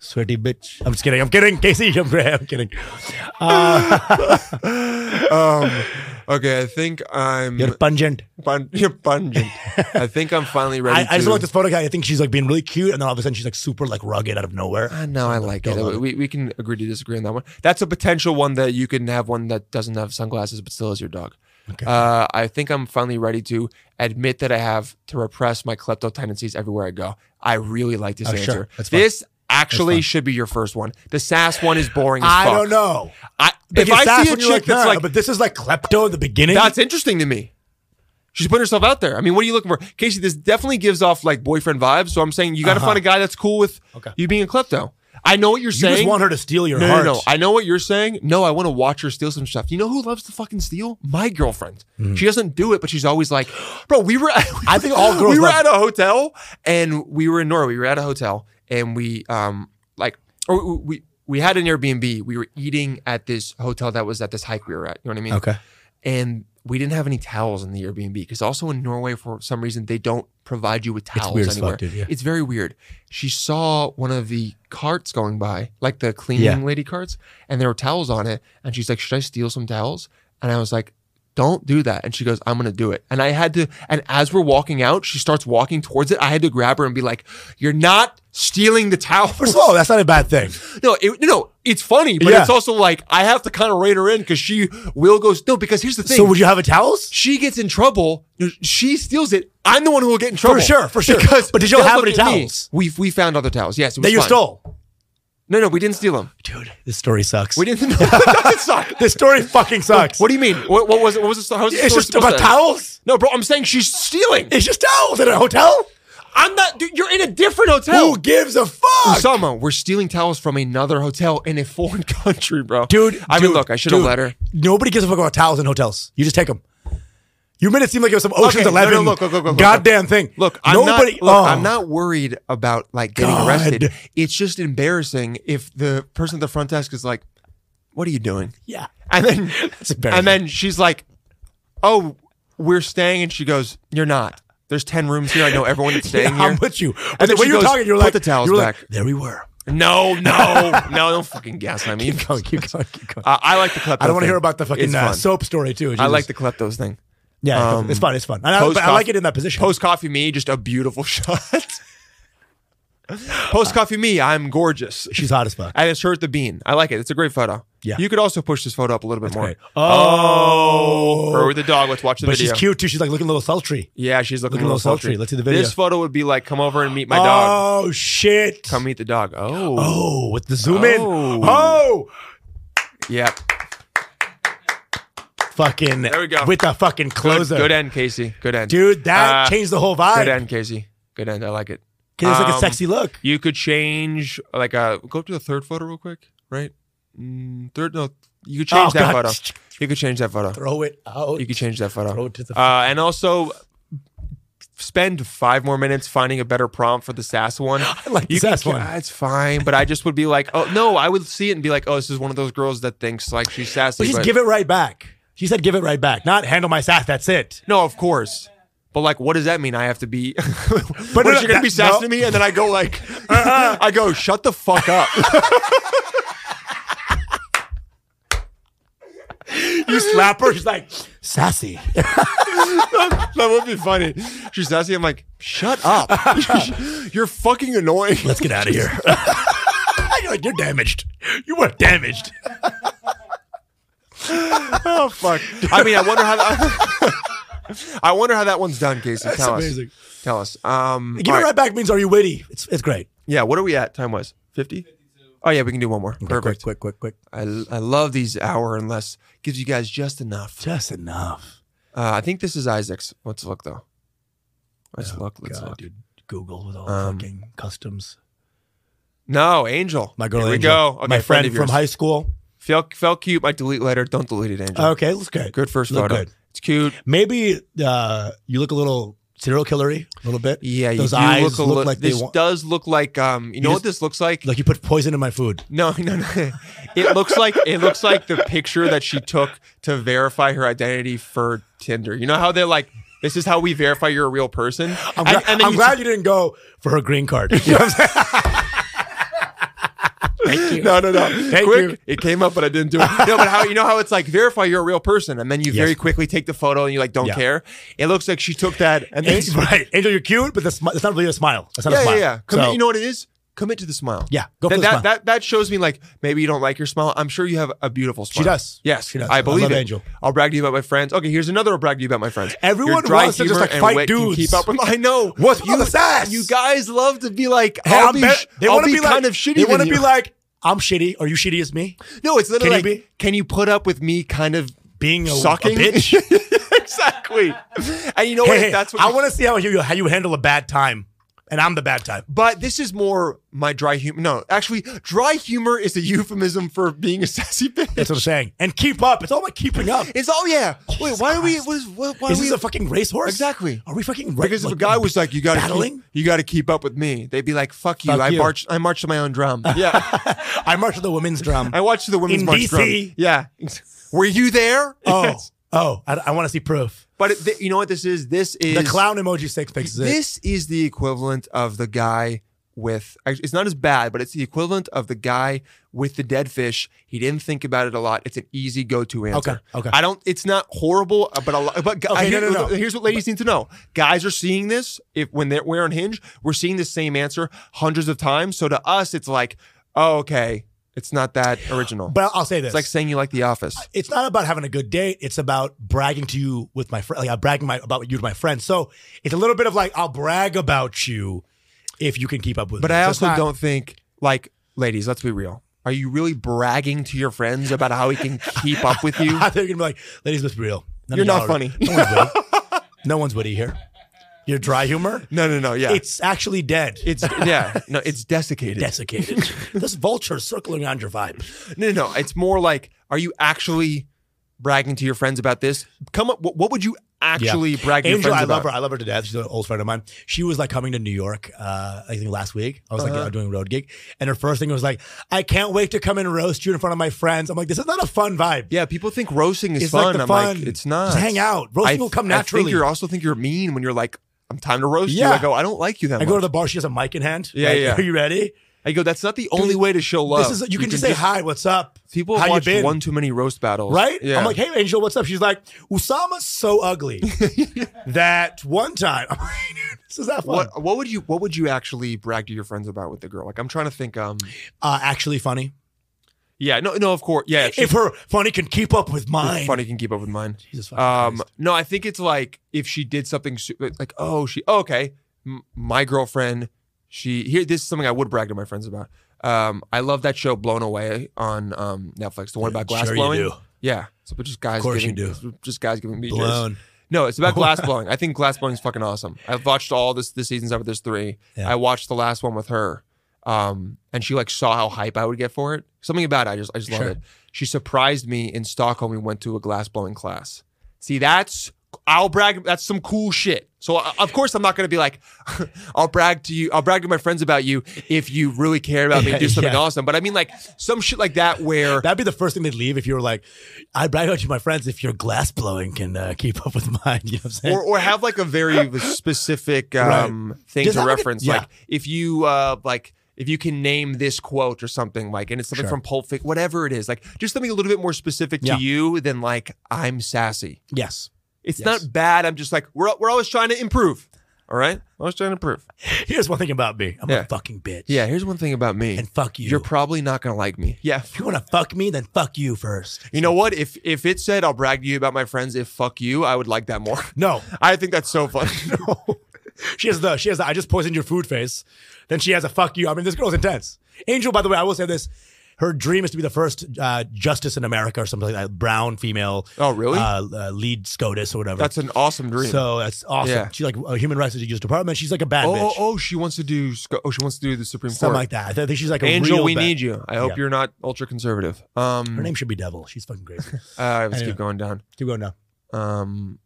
S3: Sweaty bitch. I'm just kidding. I'm kidding. Casey, I'm, I'm kidding. Uh, *laughs*
S4: *laughs* Um, okay, I think I'm
S3: You're pungent.
S4: pun- *laughs* you're pungent. I think I'm finally ready.
S3: *laughs* I, I just
S4: to-
S3: looked at this photo guy. I think she's like being really cute, and then all of a sudden she's like super like rugged out of nowhere.
S4: I know Ah, I like
S3: don't love
S4: it.
S3: it.
S4: We, we can agree to disagree on that one. That's a potential one that you can have one that doesn't have sunglasses but still is your dog.
S3: Okay.
S4: Uh, I think I'm finally ready to admit that I have to repress my klepto tendencies everywhere I go. I really like this
S3: Oh,
S4: answer.
S3: sure. That's fine.
S4: this actually
S3: fine.
S4: should be your first one. The sass one is boring as
S3: I
S4: fuck.
S3: don't know.
S4: I, if
S3: Because
S4: I
S3: that's
S4: see a
S3: when
S4: chick
S3: you're like,
S4: that's
S3: nah,
S4: like
S3: but this is like klepto in the beginning.
S4: That's interesting to me. She's putting herself out there. I mean, what are you looking for? Casey, this definitely gives off like boyfriend vibes. So I'm saying you got to find a guy that's cool with
S3: Uh-huh. Okay.
S4: you being a klepto. I know what you're
S3: you
S4: saying.
S3: just want her to steal your
S4: no, no,
S3: heart.
S4: no. I know what you're saying. No, I want to watch her steal some stuff. You know who loves to fucking steal? My girlfriend. She doesn't do it, but she's always like, *gasps* bro, we were. At,
S3: Mm-hmm. *laughs* I think all girls
S4: *laughs* We were
S3: love-
S4: at a hotel and we were in Norway. We were at a hotel and we um like or we. we we had an Airbnb. We were eating at this hotel that was at this hike we were at. You know what I mean?
S3: Okay.
S4: and we didn't have any towels in the Airbnb because also in Norway for some reason they don't provide you with towels
S3: weird as fuck,
S4: anywhere.
S3: dude, yeah.
S4: It's very weird. She saw one of the carts going by, like the cleaning
S3: Yeah.
S4: lady carts, and there were towels on it. And she's like, "Should I steal some towels?" And I was like, "Don't do that." And she goes, "I'm gonna do it." And I had to. And as we're walking out, she starts walking towards it. I had to grab her and be like, "You're not stealing the towels."
S3: First of all, that's not a bad thing.
S4: No, it, no, it's funny, but
S3: Yeah.
S4: it's also like I have to kind of rein her in because she will go. No, because here's the thing.
S3: So would you have a towels?
S4: she gets in trouble. She steals it. I'm the one who will get in trouble.
S3: sure, for sure.
S4: Because
S3: But did y'all
S4: they'll
S3: have
S4: look
S3: any
S4: at me.
S3: towels?
S4: We we found other towels. Yes, it was
S3: That you
S4: fine.
S3: stole.
S4: No, no, we didn't steal them.
S3: Dude, this story sucks. *laughs*
S4: We didn't. No, it doesn't suck.
S3: This story fucking sucks.
S4: What do you mean? What, what was it? What was the how was the
S3: it's
S4: story
S3: just
S4: supposed
S3: about
S4: to end?
S3: towels.
S4: No, bro, I'm saying she's stealing.
S3: It's just towels at a hotel.
S4: I'm not. Dude, you're in a different hotel.
S3: Who gives a fuck?
S4: Usama, we're stealing towels from another hotel in a foreign *laughs* country, bro.
S3: dude.
S4: I mean,
S3: dude,
S4: look, I should have
S3: dude,
S4: let her.
S3: Nobody gies a fuck about towels in hotels. You just take them. You made it seem like it was some Ocean's
S4: Okay, no, no,
S3: Eleven
S4: look, look, look, look, look.
S3: goddamn thing.
S4: Look, I'm
S3: nobody.
S4: Not, look,
S3: oh.
S4: I'm not worried about like getting
S3: God.
S4: arrested. It's just embarrassing if the person at the front desk is like, "What are you doing?"
S3: Yeah,
S4: And then,
S3: That's embarrassing.
S4: and then she's like, "Oh, we're staying," and she goes, "You're not. There's ten rooms here. I know
S3: *laughs*
S4: everyone that's staying
S3: I'm
S4: here."
S3: with you. But
S4: And
S3: the
S4: then
S3: way
S4: she
S3: you were
S4: goes,
S3: talking, you're
S4: "Put
S3: like
S4: the towels
S3: you were
S4: back.
S3: Like, there we were. *laughs*
S4: No, no, no! Don't fucking guess. I mean,
S3: Go, keep
S4: *laughs*
S3: going, keep going.
S4: uh, I like the klepto.
S3: I don't want to
S4: thing.
S3: hear about the fucking
S4: It's
S3: uh,
S4: fun.
S3: soap story too.
S4: I
S3: Jesus.
S4: like the kleptos thing.
S3: yeah,
S4: um,
S3: it's fun. It's fun. And I, but I
S4: post-coff-
S3: like it in that position.
S4: Post coffee me, just a beautiful *laughs* shot.
S3: Uh,
S4: Post coffee me, I'm gorgeous.
S3: She's hot as fuck.
S4: And it's her at the bean. I like it. It's a great photo.
S3: Yeah.
S4: You could also push this photo up a little bit more.
S3: Great. Oh,
S4: Or with the dog. Let's watch the
S3: but
S4: video.
S3: she's cute too. She's like looking a little sultry.
S4: Yeah, she's looking,
S3: Looking a little sultry. Let's see the video.
S4: This photo would be like, come over and meet my dog.
S3: Oh shit!
S4: Come meet the dog. Oh.
S3: oh, with the zoom in.
S4: Oh.
S3: Oh,
S4: Yeah.
S3: fucking.
S4: There we go.
S3: With the fucking
S4: Good,
S3: closer,
S4: good end, Casey. Good end.
S3: dude. That
S4: Uh,
S3: changed the whole
S4: Good
S3: vibe.
S4: end, Casey. Good end. I like it.
S3: Cause it's like a
S4: Um,
S3: sexy look.
S4: You could change like uh go up to the third photo real quick, right? Mm, third no you could change
S3: Oh,
S4: that
S3: God. *laughs*
S4: photo. You could change that photo.
S3: Throw it out.
S4: You could change that
S3: Throw
S4: photo.
S3: it to the.
S4: Uh, and also spend five more minutes finding a better prompt for the sass
S3: *gasps*
S4: one. I
S3: like the sass one.
S4: It's fine, but I just would be like, oh no, I would see it and be like, oh, this is one of those girls that thinks like she's sassy.
S3: but she's
S4: but-
S3: give it right back. She said, "Give it right back." Not handle my sass. That's it.
S4: no, of course. But like, what does that mean? I have to be. *laughs* but
S3: But no,
S4: you're gonna
S3: that-
S4: be sassy
S3: no. Uh-uh. *laughs*
S4: to me, and then I go like, I go, shut the fuck up.
S3: You slap her. She's like sassy.
S4: that would be funny. She's sassy. I'm like, shut up. You're fucking annoying.
S3: Let's get out of *laughs* here. you're like you're damaged. You were damaged.
S4: Oh fuck. I mean, I wonder how. That, *laughs* I wonder how that one's done, Casey.
S3: That's
S4: Tell
S3: amazing.
S4: us. Tell us. Um,
S3: Give
S4: all
S3: it
S4: right.
S3: right back means are you witty? It's it's great.
S4: Yeah. What are we at? Time was fifty. Oh yeah, we can do one more. Perfect.
S3: Quick, quick, quick, quick.
S4: I, I love these hour and less gives you guys just enough. Uh,
S3: Just enough.
S4: I think this is Isaac's. Let's look though. Let's look. Let's
S3: Oh, God,
S4: look.
S3: dude. Google with all
S4: Um,
S3: the fucking customs.
S4: No, Angel.
S3: My girl,
S4: Here
S3: Angel,
S4: we go. Okay,
S3: my friend,
S4: of
S3: from
S4: yours.
S3: high school.
S4: Felt felt cute. Might delete later. Don't delete it, Angel.
S3: Okay, looks good.
S4: Good first
S3: Look
S4: photo.
S3: good.
S4: It's cute.
S3: Maybe uh, you look a little serial killery, a little bit.
S4: Yeah,
S3: those
S4: you do
S3: eyes look,
S4: look, a little.
S3: like they
S4: this
S3: want.
S4: does look like um. You, know what
S3: just-
S4: this looks like?
S3: Like you put poison in my food.
S4: No, *laughs* no, no. It looks like it looks like the picture that she took to verify her identity for Tinder. You know how they're like, this is how we verify you're a real person.
S3: I'm,
S4: And-
S3: glad,
S4: and then
S3: I'm *laughs*
S4: you-
S3: glad you didn't go for her green card. You know what I'm saying?
S4: *laughs*
S3: Thank you.
S4: No, no, no.
S3: Thank
S4: Quick,
S3: you.
S4: it came up, but I didn't do it. No, but how you know how it's like verify you're a real person, and then you very quickly take the photo and you like don't
S3: Yeah.
S4: care. It looks like she took that and then
S3: Angel, *laughs* right. Angel, you're cute, but the smi- it's not really a smile. It's not
S4: yeah,
S3: a
S4: yeah,
S3: smile.
S4: yeah. Commit,
S3: So-
S4: you know what it is? Commit to the smile.
S3: Yeah, go for
S4: that,
S3: the
S4: that,
S3: smile.
S4: That that shows me like maybe you don't like your smile. I'm sure you have a beautiful smile.
S3: She does.
S4: Yes,
S3: She does.
S4: I believe
S3: I love
S4: it.
S3: Angel.
S4: I'll brag to you about my friends. Okay, here's another. I'll brag to you about my friends.
S3: *laughs* Everyone
S4: Your dry
S3: wants to just,
S4: humor
S3: like,
S4: and
S3: fight
S4: wit can
S3: dudes. *laughs*
S4: Keep up. with- I *laughs* know.
S3: What's
S4: you,
S3: with the sass?
S4: You guys love to be like.
S3: Hey,
S4: I'll
S3: I'm
S4: be.
S3: better-
S4: sh-
S3: they
S4: I'll
S3: wanna
S4: be,
S3: like-
S4: kind of shitty.
S3: They
S4: than
S3: wanna
S4: you.
S3: be like, I'm shitty. Are you shitty as me?
S4: No, it's
S3: Can you
S4: literally
S3: be-
S4: like, can you put up with me kind of
S3: *laughs* Being a, a
S4: sucking? *laughs*
S3: bitch.
S4: exactly. *laughs* And you know
S3: hey,
S4: what?
S3: hey,
S4: That's what
S3: I want to see how you how you handle a bad time, and I'm the bad time.
S4: *laughs* But this is more my dry humor. No, actually, dry humor is a *laughs* euphemism for being a sassy bitch.
S3: That's what I'm saying. And keep up. It's all about keeping up.
S4: It's all yeah. Wait, why are we?
S3: Christ.
S4: What is, what, why
S3: Is
S4: are
S3: this
S4: we?
S3: a fucking racehorse?
S4: Exactly.
S3: Are we fucking ra-
S4: because if a guy was like, "You got
S3: battling?
S4: to you got to keep up with me," they'd be like, "Fuck you!
S3: Fuck
S4: I
S3: you.
S4: marched. I marched to my
S3: *laughs*
S4: own drum. Yeah,
S3: I march to the women's drum.
S4: I watched the women's
S3: In
S4: march drum.
S3: DC.
S4: Yeah, were
S3: *laughs*
S4: you there?
S3: oh,
S4: Yes.
S3: oh, I, I want to see proof.
S4: but it, th- you know what this is? This is
S3: The clown emoji six fixes it.
S4: This is the equivalent of the guy with actually, it's not as bad, but it's the equivalent of the guy with the dead fish. He didn't think about it a lot. It's an easy go-to answer.
S3: Okay, okay.
S4: I don't. It's not horrible, uh, but a lot. But I,
S3: Okay, no,
S4: hear-
S3: no, no.
S4: here's what ladies need to know: guys are seeing this if when they're we're on Hinge, we're seeing the same answer hundreds of times. So to us, it's like, oh, okay, it's not that original.
S3: But I'll say this:
S4: it's like saying you like The Office.
S3: it's not about having a good date. It's about bragging to you with my friend. Like I'm bragging my, about you to my friends. So it's a little bit of like I'll brag about you if you can keep up with.
S4: But
S3: me.
S4: I
S3: So it's
S4: also
S3: not-
S4: don't think, like, ladies, let's be real. Are you really bragging to your friends about how he can keep up with
S3: *laughs*
S4: you?
S3: They're gonna be like, ladies, let's be real. None
S4: You're
S3: of y'all
S4: not
S3: are-
S4: funny."
S3: No one's
S4: *laughs*
S3: witty. no one's witty here. Your dry humor.
S4: No, no, no. Yeah,
S3: It's actually dead.
S4: it's yeah. No, it's desiccated. *laughs*
S3: desiccated. this vulture circling around your vibe.
S4: no, no, no. It's more like, are you actually bragging to your friends about this? Come up. What, what would you actually brag to your
S3: Angel,
S4: friends
S3: I
S4: about?
S3: love her. I love her to death. She's an old friend of mine. She was like coming to New York, uh, I think last week. I was like
S4: Uh-huh.
S3: doing a road gig. And her first thing was like, I can't wait to come and roast you in front of my friends. I'm like, this is not a fun vibe.
S4: Yeah, people think roasting is
S3: It's like
S4: fun.
S3: the
S4: I'm
S3: fun.
S4: like, it's not.
S3: Just hang out. Roasting will come
S4: I
S3: naturally.
S4: think you also think you're mean when you're like, I'm time to roast
S3: Yeah.
S4: you. I go, I don't like you that
S3: I
S4: much.
S3: go to the bar, she has a mic in hand.
S4: Yeah,
S3: Like,
S4: yeah.
S3: Are you ready?
S4: I go, that's not the only way to show love.
S3: This is you, can, just say hi, what's up?
S4: People
S3: How
S4: have
S3: you
S4: watched
S3: been?
S4: one too many roast battles,
S3: Right?
S4: Yeah.
S3: I'm like, hey Angel, what's up? She's like, Usama's so
S4: *laughs*
S3: ugly that one time *laughs* I'm like, dude, this is that fun.
S4: what what would you what would you actually brag to your friends about with the girl? Like, I'm trying to think. Um,
S3: Uh, actually funny.
S4: yeah, no, no, of course, yeah. if
S3: if
S4: she's
S3: her funny can keep up with mine.
S4: funny can keep up with mine.
S3: Jesus fucking
S4: Um,
S3: Christ.
S4: no, I think it's like if she did something su- like, oh, she, oh, okay, M- my girlfriend, she here. This is something I would brag to my friends about. Um, I love that show Blown Away on um Netflix. The one about glass
S3: Sure you
S4: blowing.
S3: do.
S4: Yeah, so but just guys.
S3: Of course
S4: giving,
S3: you
S4: Just guys giving BJ's.
S3: Blown.
S4: No, it's
S3: *laughs*
S4: about glass blowing. I think glass blowing is fucking awesome. I've watched all this this seasons of it. There's three.
S3: Yeah.
S4: I watched the last one with her, um, and she like saw how hype I would get for it. Something about it, I just I just love
S3: Sure.
S4: it. She surprised me in Stockholm. We went to a glass blowing class. See, that's I'll brag. That's some cool shit. So uh, of course I'm not gonna be like, *laughs* I'll brag to you. I'll brag to my friends about you if you really care about me and do
S3: *laughs*
S4: something
S3: Yeah.
S4: awesome. But I mean like some shit like that where
S3: That'd be the first thing they'd leave if you were like, I brag about you, my friends, if your glass blowing can uh, keep up with *laughs* mine. You know what I'm saying?
S4: or,
S3: *laughs*
S4: or have like a very specific um, thing
S3: Just
S4: to
S3: have, like, a-
S4: reference.
S3: yeah.
S4: Like if you uh, like if you can name this quote or something like, and it's something
S3: Sure.
S4: from Pulp Fiction, whatever it is, like just something a little bit more specific
S3: Yeah.
S4: to you than like I'm sassy.
S3: yes.
S4: It's
S3: Yes.
S4: not bad. I'm just like we're we're always trying to improve. All right, always trying to improve.
S3: Here's one thing about me. I'm
S4: Yeah.
S3: a fucking bitch.
S4: Yeah, here's one thing about me.
S3: And fuck you.
S4: You're probably not gonna like me. Yeah.
S3: if you want to fuck me, then fuck you first.
S4: You know what? If if it said I'll brag to you about my friends, if fuck you, I would like that more.
S3: No.
S4: *laughs* I think that's so
S3: *laughs*
S4: funny.
S3: She has the she has the I just poisoned your food face. Then she has a fuck you. I mean, this girl's intense. Angel, by the way, I will say this. Her dream is to be the first uh, justice in America or something like that. Brown female.
S4: Oh, really?
S3: Uh, uh, lead SCOTUS or whatever.
S4: That's an awesome dream.
S3: So that's awesome.
S4: Yeah.
S3: She's like a human rights abuse department. She's like a bad
S4: Oh,
S3: bitch.
S4: oh, oh, she wants to do. sc- Oh, she wants to do the Supreme
S3: Something
S4: Court.
S3: like that. I think she's like a
S4: Angel,
S3: real
S4: we
S3: bad-
S4: need you. I hope
S3: Yeah.
S4: you're not ultra conservative.
S3: Her
S4: Um,
S3: name should be Devil. She's fucking crazy.
S4: uh, let's
S3: Anyway.
S4: keep going down.
S3: Keep going now.
S4: Um,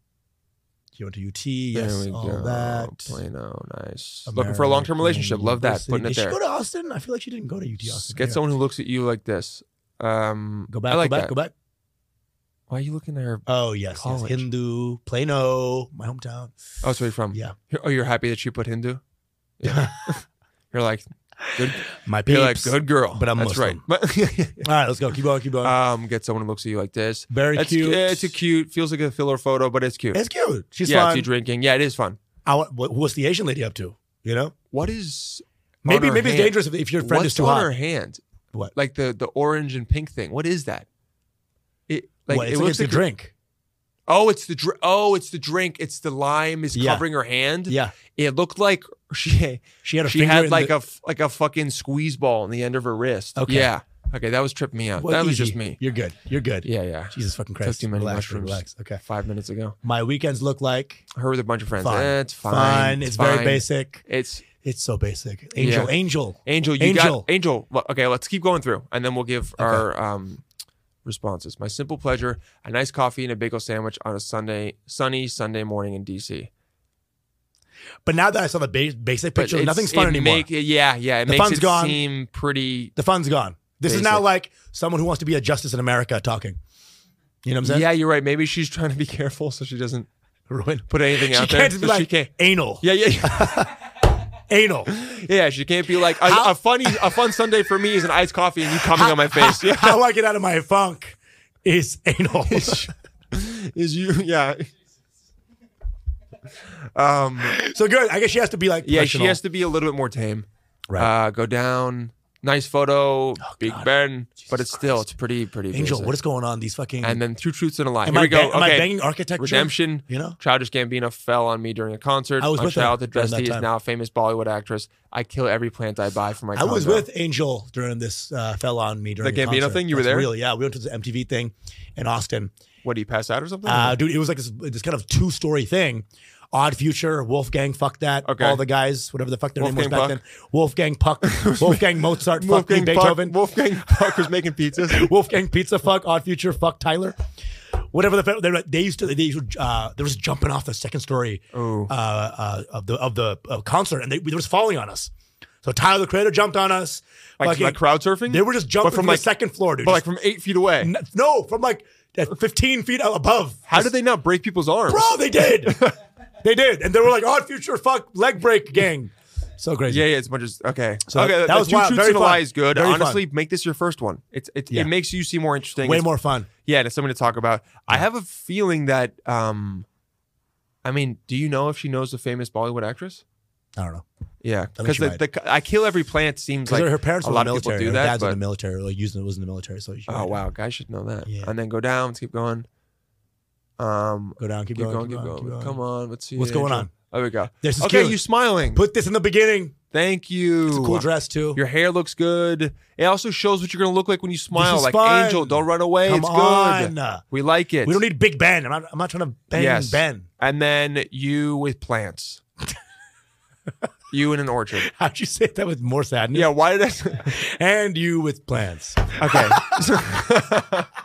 S3: She went to UT. Yes,
S4: there we
S3: all
S4: go.
S3: that.
S4: Plano, nice. Looking for a
S3: American
S4: long term relationship. Love that.
S3: University.
S4: Putting
S3: Did
S4: it
S3: she
S4: there.
S3: go to Austin? I feel like she didn't go to UT Austin.
S4: Get
S3: Yeah.
S4: someone who looks at you like this. Um,
S3: Go back.
S4: I like
S3: go back.
S4: that.
S3: Go back.
S4: Why are you looking at her?
S3: Oh yes, yes.
S4: College.
S3: Hindu, Plano, my hometown.
S4: Oh, that's where you're from.
S3: Yeah. *laughs*
S4: *laughs* You're- Oh, you're happy that she put Hindu. Yeah. you're like, Good,
S3: My
S4: you're like,
S3: peeps.
S4: good girl.
S3: But I'm
S4: That's
S3: Muslim.
S4: right.
S3: All right, let's go. Keep going. Keep going.
S4: *laughs* um, get someone who looks at you like this.
S3: Very
S4: That's-
S3: cute.
S4: yeah, It's a cute. Feels like a filler photo, but it's cute.
S3: it's cute. She's
S4: yeah, it's
S3: fine.
S4: you drinking. Yeah, it is fun.
S3: I want, what, what's the Asian lady up to? You know,
S4: What is on
S3: maybe
S4: her
S3: maybe it's
S4: hand?
S3: dangerous if, if your friend is
S4: What's
S3: too
S4: on
S3: hot.
S4: her hand?
S3: What?
S4: Like the the orange and pink thing. What is that? It like
S3: What,
S4: it
S3: it's against
S4: looks like
S3: the drink.
S4: Oh, it's the dr- oh, it's the drink. It's the lime is
S3: Yeah.
S4: covering her hand.
S3: Yeah,
S4: It looked like *laughs* she
S3: she had a
S4: she
S3: finger
S4: had
S3: in
S4: like
S3: the,
S4: a f- like a fucking squeeze ball on the end of her wrist.
S3: Okay.
S4: Yeah. Okay, that was tripping me out.
S3: Well,
S4: that was
S3: easy.
S4: just me.
S3: You're good. You're good.
S4: Yeah, yeah.
S3: Jesus fucking
S4: Took
S3: Christ.
S4: too many
S3: relax,
S4: mushrooms.
S3: relax. Okay.
S4: Five minutes ago,
S3: My weekends look like
S4: her with a bunch of friends.
S3: Fine.
S4: Eh, it's fine.
S3: fine. It's very
S4: fine.
S3: basic.
S4: It's
S3: It's so basic. Angel,
S4: Yeah.
S3: angel.
S4: Angel. You
S3: Angel.
S4: got Angel. well, Okay, let's keep going through, and then we'll give our um, responses. My simple pleasure: a nice coffee and a bagel sandwich on a Sunday, sunny Sunday morning in DC.
S3: But now that I saw the ba- basic
S4: But
S3: picture,
S4: it's-
S3: nothing's fun
S4: it
S3: anymore.
S4: make- yeah, yeah. It
S3: The
S4: makes
S3: fun's
S4: it
S3: gone.
S4: seem pretty.
S3: the fun's gone. This is now
S4: Basic.
S3: like someone who wants to be a justice in America talking. You know what I'm saying?
S4: Yeah, you're right. Maybe she's *laughs* trying to be careful so she doesn't
S3: *laughs* Ruin.
S4: put anything
S3: She
S4: out there.
S3: can't just be
S4: so
S3: like
S4: she can't.
S3: anal.
S4: Yeah, yeah,
S3: *laughs*
S4: yeah, *laughs*
S3: Anal.
S4: yeah. She can't be like a,
S3: How-
S4: a funny, a fun Sunday for me is an iced coffee and you coming on my face. Yeah,
S3: How I get out of my funk is anal.
S4: is you? Yeah. Um.
S3: *laughs* so good. I guess she has to be like
S4: Yeah, she
S3: professional.
S4: has to be a little bit more tame.
S3: Right. Oh,
S4: Uh, go down. Nice photo. Big Ben. but it's still,
S3: Christ.
S4: it's pretty, pretty.
S3: Angel,
S4: basic.
S3: what is going on? These fucking.
S4: And then two truths and a lie.
S3: am
S4: Here
S3: I,
S4: we go.
S3: ba- am I
S4: okay.
S3: banging architecture?
S4: Redemption.
S3: You know?
S4: Childish Gambino fell on me during a concert.
S3: I was
S4: my
S3: with her
S4: childhood
S3: during that
S4: bestie is
S3: time.
S4: now a famous Bollywood actress. I kill every plant I buy for my.
S3: I was
S4: condo.
S3: with Angel during this, uh, fell on me during
S4: The Gambino
S3: concert.
S4: thing? You were
S3: That's
S4: there?
S3: Real, yeah. We went to this MTV thing in Austin.
S4: What do you pass out or something?
S3: Uh, dude, it was like this, this kind of two story thing. Odd Future, Wolfgang, fuck that.
S4: Okay.
S3: All the guys, whatever the fuck their name was back
S4: Wolfgang Puck.
S3: then. Wolfgang Puck,
S4: *laughs*
S3: Wolfgang Mozart, fuck me,
S4: Puck-
S3: Beethoven. *laughs*
S4: Wolfgang Puck was making pizzas.
S3: Wolfgang Pizza fuck Odd Future fuck Tyler. Whatever the fa- they, were- they used to they used to, uh there was jumping off the second story uh, uh, of the of the uh, concert and they, they was falling on us. So Tyler the Creator jumped on us.
S4: Like,
S3: Fucking-
S4: like crowd surfing.
S3: They were just jumping
S4: But
S3: from,
S4: like
S3: the second floor, dude.
S4: but like
S3: Just-
S4: from eight feet away.
S3: n- no, from like at fifteen feet above.
S4: How did they not break people's arms?
S3: Bro, they
S4: *laughs*
S3: did. they did, and they were like Odd Future fuck leg break gang. So crazy.
S4: Yeah, yeah, it's a bunch of okay.
S3: So
S4: okay,
S3: that
S4: the
S3: was
S4: two
S3: wild.
S4: truths
S3: Very
S4: and a
S3: fun.
S4: lie is good.
S3: Very
S4: Honestly, make this your first one. It's it,
S3: Yeah.
S4: it makes you seem more interesting.
S3: Way
S4: It's-
S3: more fun.
S4: Yeah, and it's something to talk about. I have a feeling that um, I mean, do you know if she knows the famous Bollywood actress?
S3: I don't know.
S4: Yeah,
S3: think
S4: because
S3: she
S4: the,
S3: might.
S4: the I kill every plant seems
S3: Because
S4: like
S3: her parents
S4: a
S3: were
S4: lot
S3: in the
S4: of people
S3: military.
S4: do
S3: her
S4: that,
S3: dad's in the
S4: but-
S3: military, like using was in the military. So she
S4: Oh wow, guys should know that.
S3: Yeah.
S4: And then go down. Let's keep going. Um,
S3: Go down, keep,
S4: keep, going, keep going.
S3: keep going.
S4: Come on, let's see.
S3: What's going on?
S4: There we go.
S3: This is
S4: okay,
S3: cute.
S4: you smiling.
S3: Put this in the beginning.
S4: Thank you.
S3: It's a cool dress too.
S4: Your hair looks good. It also shows what you're gonna look like when you smile.
S3: is
S4: Like
S3: fun.
S4: Angel, don't run away.
S3: Come
S4: it's
S3: on.
S4: good. We like it.
S3: We don't e- need Big Ben. I'm not, I'm not trying to bang
S4: Yes.
S3: Ben. *laughs*
S4: And then you with plants. you in an orchard.
S3: How'd you say that with more sadness?
S4: Yeah. Why did
S3: *laughs*
S4: I?
S3: And you with plants.
S4: okay. *laughs* I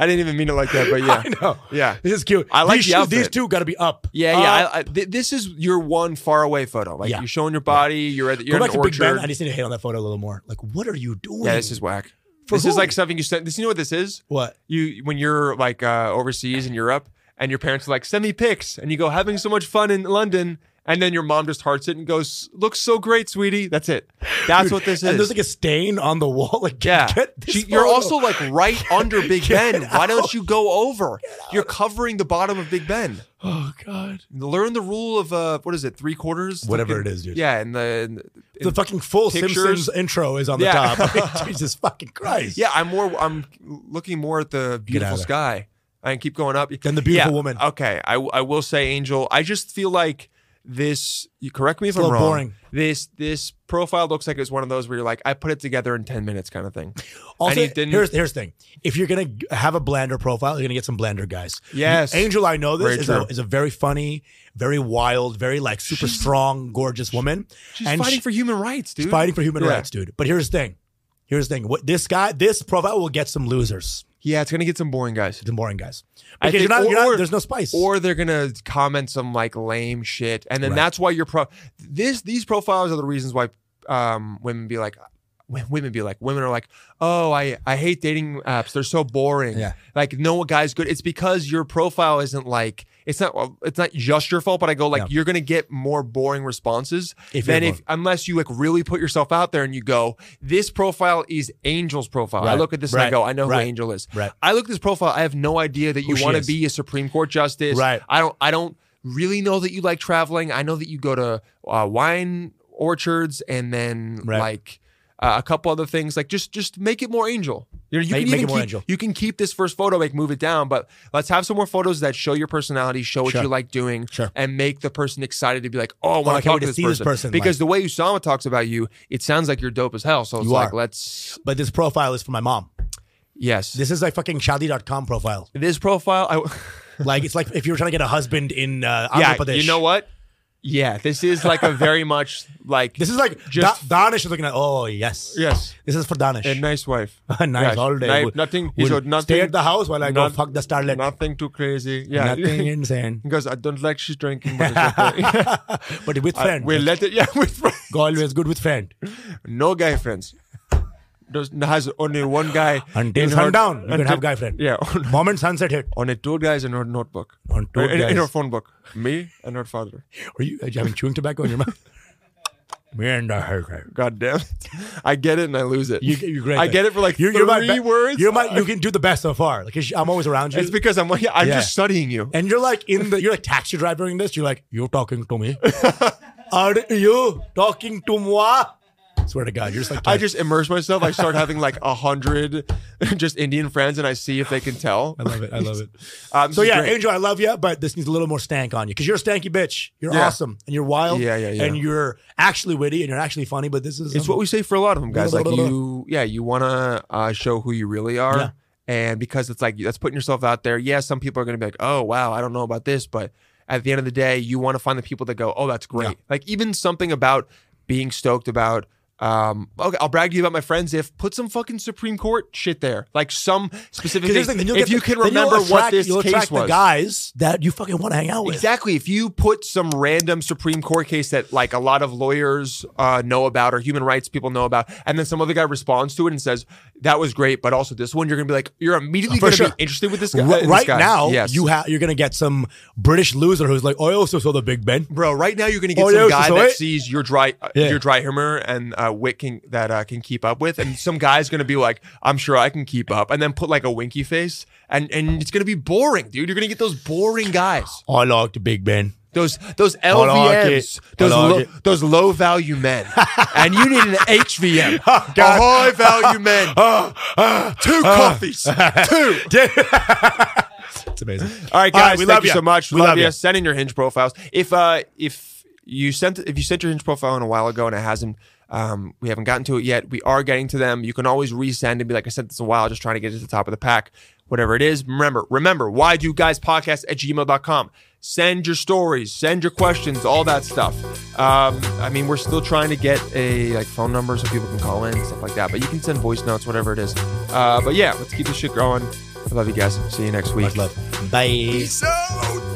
S4: didn't even mean it like that, but yeah.
S3: *laughs* I know.
S4: Yeah.
S3: This is cute.
S4: I like
S3: these
S4: the
S3: shoes, These
S4: outfit.
S3: two got to be up. Uh,
S4: Yeah, yeah.
S3: Up.
S4: I, I, th- this is your one far away photo. Like
S3: Yeah.
S4: you're showing your body. You're at the, you're
S3: Go
S4: in
S3: back
S4: an
S3: to Big Ben. I
S4: orchard.
S3: just need to hate on that photo a little more. Like, what are you doing?
S4: Yeah, this is whack.
S3: For
S4: this is
S3: who?
S4: like something you sent. This, you know what this is?
S3: what.
S4: You when you're like uh, overseas in Europe, and your parents are like, "Send me pics," and you go having so much fun in London, and then your mom just hearts it and goes, "Looks so great, sweetie." That's it. That's what this
S3: And
S4: is.
S3: there's like a stain on the wall. *laughs* Like,
S4: yeah,
S3: get, get this
S4: She- you're
S3: photo.
S4: also like right under Big
S3: Get
S4: Ben. Why don't
S3: out.
S4: you go over? You're covering the bottom of Big Ben.
S3: Oh God.
S4: Learn the rule of uh, what is it? Three quarters.
S3: Whatever
S4: Fucking-
S3: it is, dude.
S4: Yeah, and the,
S3: The fucking full
S4: pictures.
S3: Simpsons intro is on the
S4: Yeah.
S3: top. *laughs*
S4: *laughs*
S3: Jesus fucking Christ.
S4: Yeah, I'm more. I'm looking more at the beautiful
S3: of there.
S4: sky. I can keep going up.
S3: Then the beautiful
S4: Yeah,
S3: woman.
S4: Okay, I, I will say Angel. I just feel like this. You correct me if
S3: a
S4: I'm
S3: little
S4: wrong.
S3: boring.
S4: This this profile looks like it's one of those where you're like, I put it together in ten minutes, kind of thing.
S3: Also,
S4: and he didn't.
S3: here's here's the thing: if you're gonna g- have a Blender profile, you're gonna get some Blender guys.
S4: Yes.
S3: Angel, I know
S4: Very
S3: this is a,
S4: true.
S3: is a very funny, very wild, very like super strong, gorgeous woman.
S4: she's fighting
S3: she-
S4: for human rights, dude.
S3: she's fighting for human
S4: Yeah.
S3: rights, dude. But here's the thing: here's the thing. What this guy, this profile will get some losers,
S4: Yeah, it's gonna get some boring guys.
S3: some boring guys.
S4: I
S3: Because
S4: think-
S3: you're not, you're
S4: or-
S3: not, there's no spice.
S4: Or they're gonna comment some like lame shit, and then
S3: Right.
S4: that's why your pro. This these profiles are the reasons why um, women be like, when women be like, women are like, oh, I I hate dating apps. They're so boring.
S3: Yeah.
S4: Like no guy's good. It's because your profile isn't like it's not well, it's not just your fault, but I go like
S3: Yeah.
S4: you're gonna get more boring responses
S3: If
S4: than
S3: you're
S4: if unless you like really put yourself out there and you go, this profile is Angel's profile. I
S3: Right.
S4: look at this and I
S3: Right.
S4: go, I know
S3: Right.
S4: who Angel is.
S3: Right.
S4: I look at this profile, I have no idea that
S3: Who
S4: you
S3: she
S4: want to
S3: is.
S4: be a Supreme Court justice.
S3: Right.
S4: I don't I don't really know that you like traveling. I know that you go to uh, wine orchards and then
S3: Right.
S4: like uh, a couple other things. Like just just make it more angel. You, know, you
S3: Make-
S4: can
S3: make
S4: even
S3: it more
S4: keep,
S3: Angel.
S4: You can keep this first photo, like move it down, but let's have some more photos that show your personality, show what
S3: Sure.
S4: you like doing,
S3: Sure.
S4: and make the person excited to be like, oh, I
S3: I
S4: want to
S3: can't
S4: talk
S3: wait
S4: to
S3: to
S4: this
S3: see this
S4: person.
S3: person,
S4: Because
S3: like-
S4: the way Usama talks about you, it sounds like you're dope as hell. So it's
S3: You
S4: like,
S3: are.
S4: let's
S3: But this profile is for my mom.
S4: yes. This,
S3: This is like fucking Shadi.com
S4: *laughs*
S3: profile.
S4: profile, I
S3: Like it's like if you were trying to get a husband in uh,
S4: yeah,
S3: Andhra Pradesh.
S4: you know what? Yeah, this is like a very much *laughs* like
S3: This is like Da-
S4: Just-
S3: Danish is looking at. Oh yes,
S4: yes,
S3: This is for Danish.
S4: a nice
S3: *laughs*
S4: wife,
S3: nice
S4: Yes.
S3: all day.
S4: Ni-
S3: Would-
S4: nothing. He
S3: would
S4: showed nothing.
S3: Stay at the house while I
S4: not-
S3: go fuck the starlet.
S4: Nothing too crazy. Yeah, *laughs*
S3: Nothing insane.
S4: Because I don't like she's drinking, but
S3: *laughs*
S4: it's okay.
S3: But with
S4: I-
S3: friend,
S4: we let it. Yeah, *laughs* with friend.
S3: go always good with friend.
S4: No guy friends. Does has only one guy
S3: Until
S4: in her-
S3: sundown, you can
S4: until-
S3: have guy friend.
S4: *laughs* Yeah, on,
S3: Moment sunset hit.
S4: only two guys in her notebook.
S3: On two
S4: Uh, in, in her
S3: guys.
S4: phone book, me and her father.
S3: Are you, are you having chewing tobacco in your mouth? *laughs* Me and the haircut.
S4: God damn *laughs* it! I get it and I lose it.
S3: You, you're great.
S4: I get it for like
S3: You're-
S4: three
S3: you're my be-
S4: words.
S3: You're my, you can do the best so far. Like 'cause I'm always around you.
S4: it's because I'm like I'm
S3: Yeah.
S4: just studying you.
S3: and you're like in the you're like taxi driver in this. You're like you're talking to
S4: *laughs*
S3: me. Are you talking to moi? Swear to God, you're just like
S4: I just immerse myself. I start having like a hundred *laughs* just Indian friends, and I see if they can tell.
S3: I love it. I love it.
S4: Um,
S3: So
S4: this is
S3: yeah,
S4: great.
S3: Angel, I love you, but this needs a little more stank on you because you're a stanky bitch. You're
S4: Yeah.
S3: awesome and you're wild.
S4: Yeah, yeah, yeah.
S3: And you're actually witty and you're actually funny. But this is um,
S4: It's what we say for a lot of them, guys.
S3: Blah,
S4: Like
S3: blah, blah, blah.
S4: you, yeah, you want to uh, show who you really are,
S3: Yeah.
S4: and because it's like that's putting yourself out there. Yeah, some people are going to be like, "Oh, wow, I don't know about this," but at the end of the day, you want to find the people that go, "Oh, that's great."
S3: Yeah.
S4: Like even something about being stoked about. Um, okay, I'll brag to you about my friends if put some fucking Supreme Court shit there, like some specific.
S3: Because here's the
S4: thing.
S3: thing, then you'll
S4: if
S3: get
S4: you
S3: the-
S4: can
S3: then you'll
S4: remember
S3: attract-
S4: what this
S3: you'll
S4: case
S3: attract
S4: was,
S3: the guys that you fucking want to hang out with.
S4: Exactly. If you put some random Supreme Court case that like a lot of lawyers uh, know about or human rights people know about, and then some other guy responds to it and says that was great, but also this one, you're gonna be like, you're immediately
S3: For
S4: gonna
S3: sure.
S4: be interested with this guy.
S3: R-
S4: uh, this
S3: right
S4: guy.
S3: now,
S4: yes.
S3: you ha- you're gonna get some British loser who's like, I also saw the Big Ben.
S4: Bro, right now you're gonna get
S3: Oh,
S4: some
S3: yeah,
S4: guy
S3: so
S4: that
S3: it-
S4: sees your dry, uh,
S3: Yeah.
S4: your dry humor and uh, wit can, that uh, can keep up with, and some guy's gonna be like, "I'm sure I can keep up," and then put like a winky face, and and it's gonna be boring, dude. You're gonna get those boring guys,
S3: I liked the Big Ben.
S4: those those
S3: I like
S4: LVMs,
S3: it. I
S4: those
S3: like
S4: lo-
S3: it.
S4: those low value
S3: *laughs*
S4: men, and you need an HVM,
S3: Oh,
S4: a
S3: God. Oh, uh,
S4: high value
S3: *laughs*
S4: man. Two coffees.
S3: Two. it's amazing.
S4: All right, guys,
S3: we
S4: thank
S3: love
S4: you
S3: ya.
S4: so much.
S3: We
S4: love,
S3: love
S4: you.
S3: ya.
S4: Send in your Hinge profiles. If uh, if you sent if you sent your Hinge profile in a while ago and it hasn't. Um, we haven't gotten to it yet. We are getting to them. You can always resend and be like, I sent this a while, just trying to get it to the top of the pack, whatever it is. Remember, remember, why do guys podcast at gmail.com? Send your stories, send your questions, all that stuff. Um, I mean, we're still trying to get a like phone number so people can call in, stuff like that. But you can send voice notes, whatever it is. Uh, but yeah, let's keep this shit going. I love you guys. See you next week.
S3: Much love. Bye.
S4: Peace out.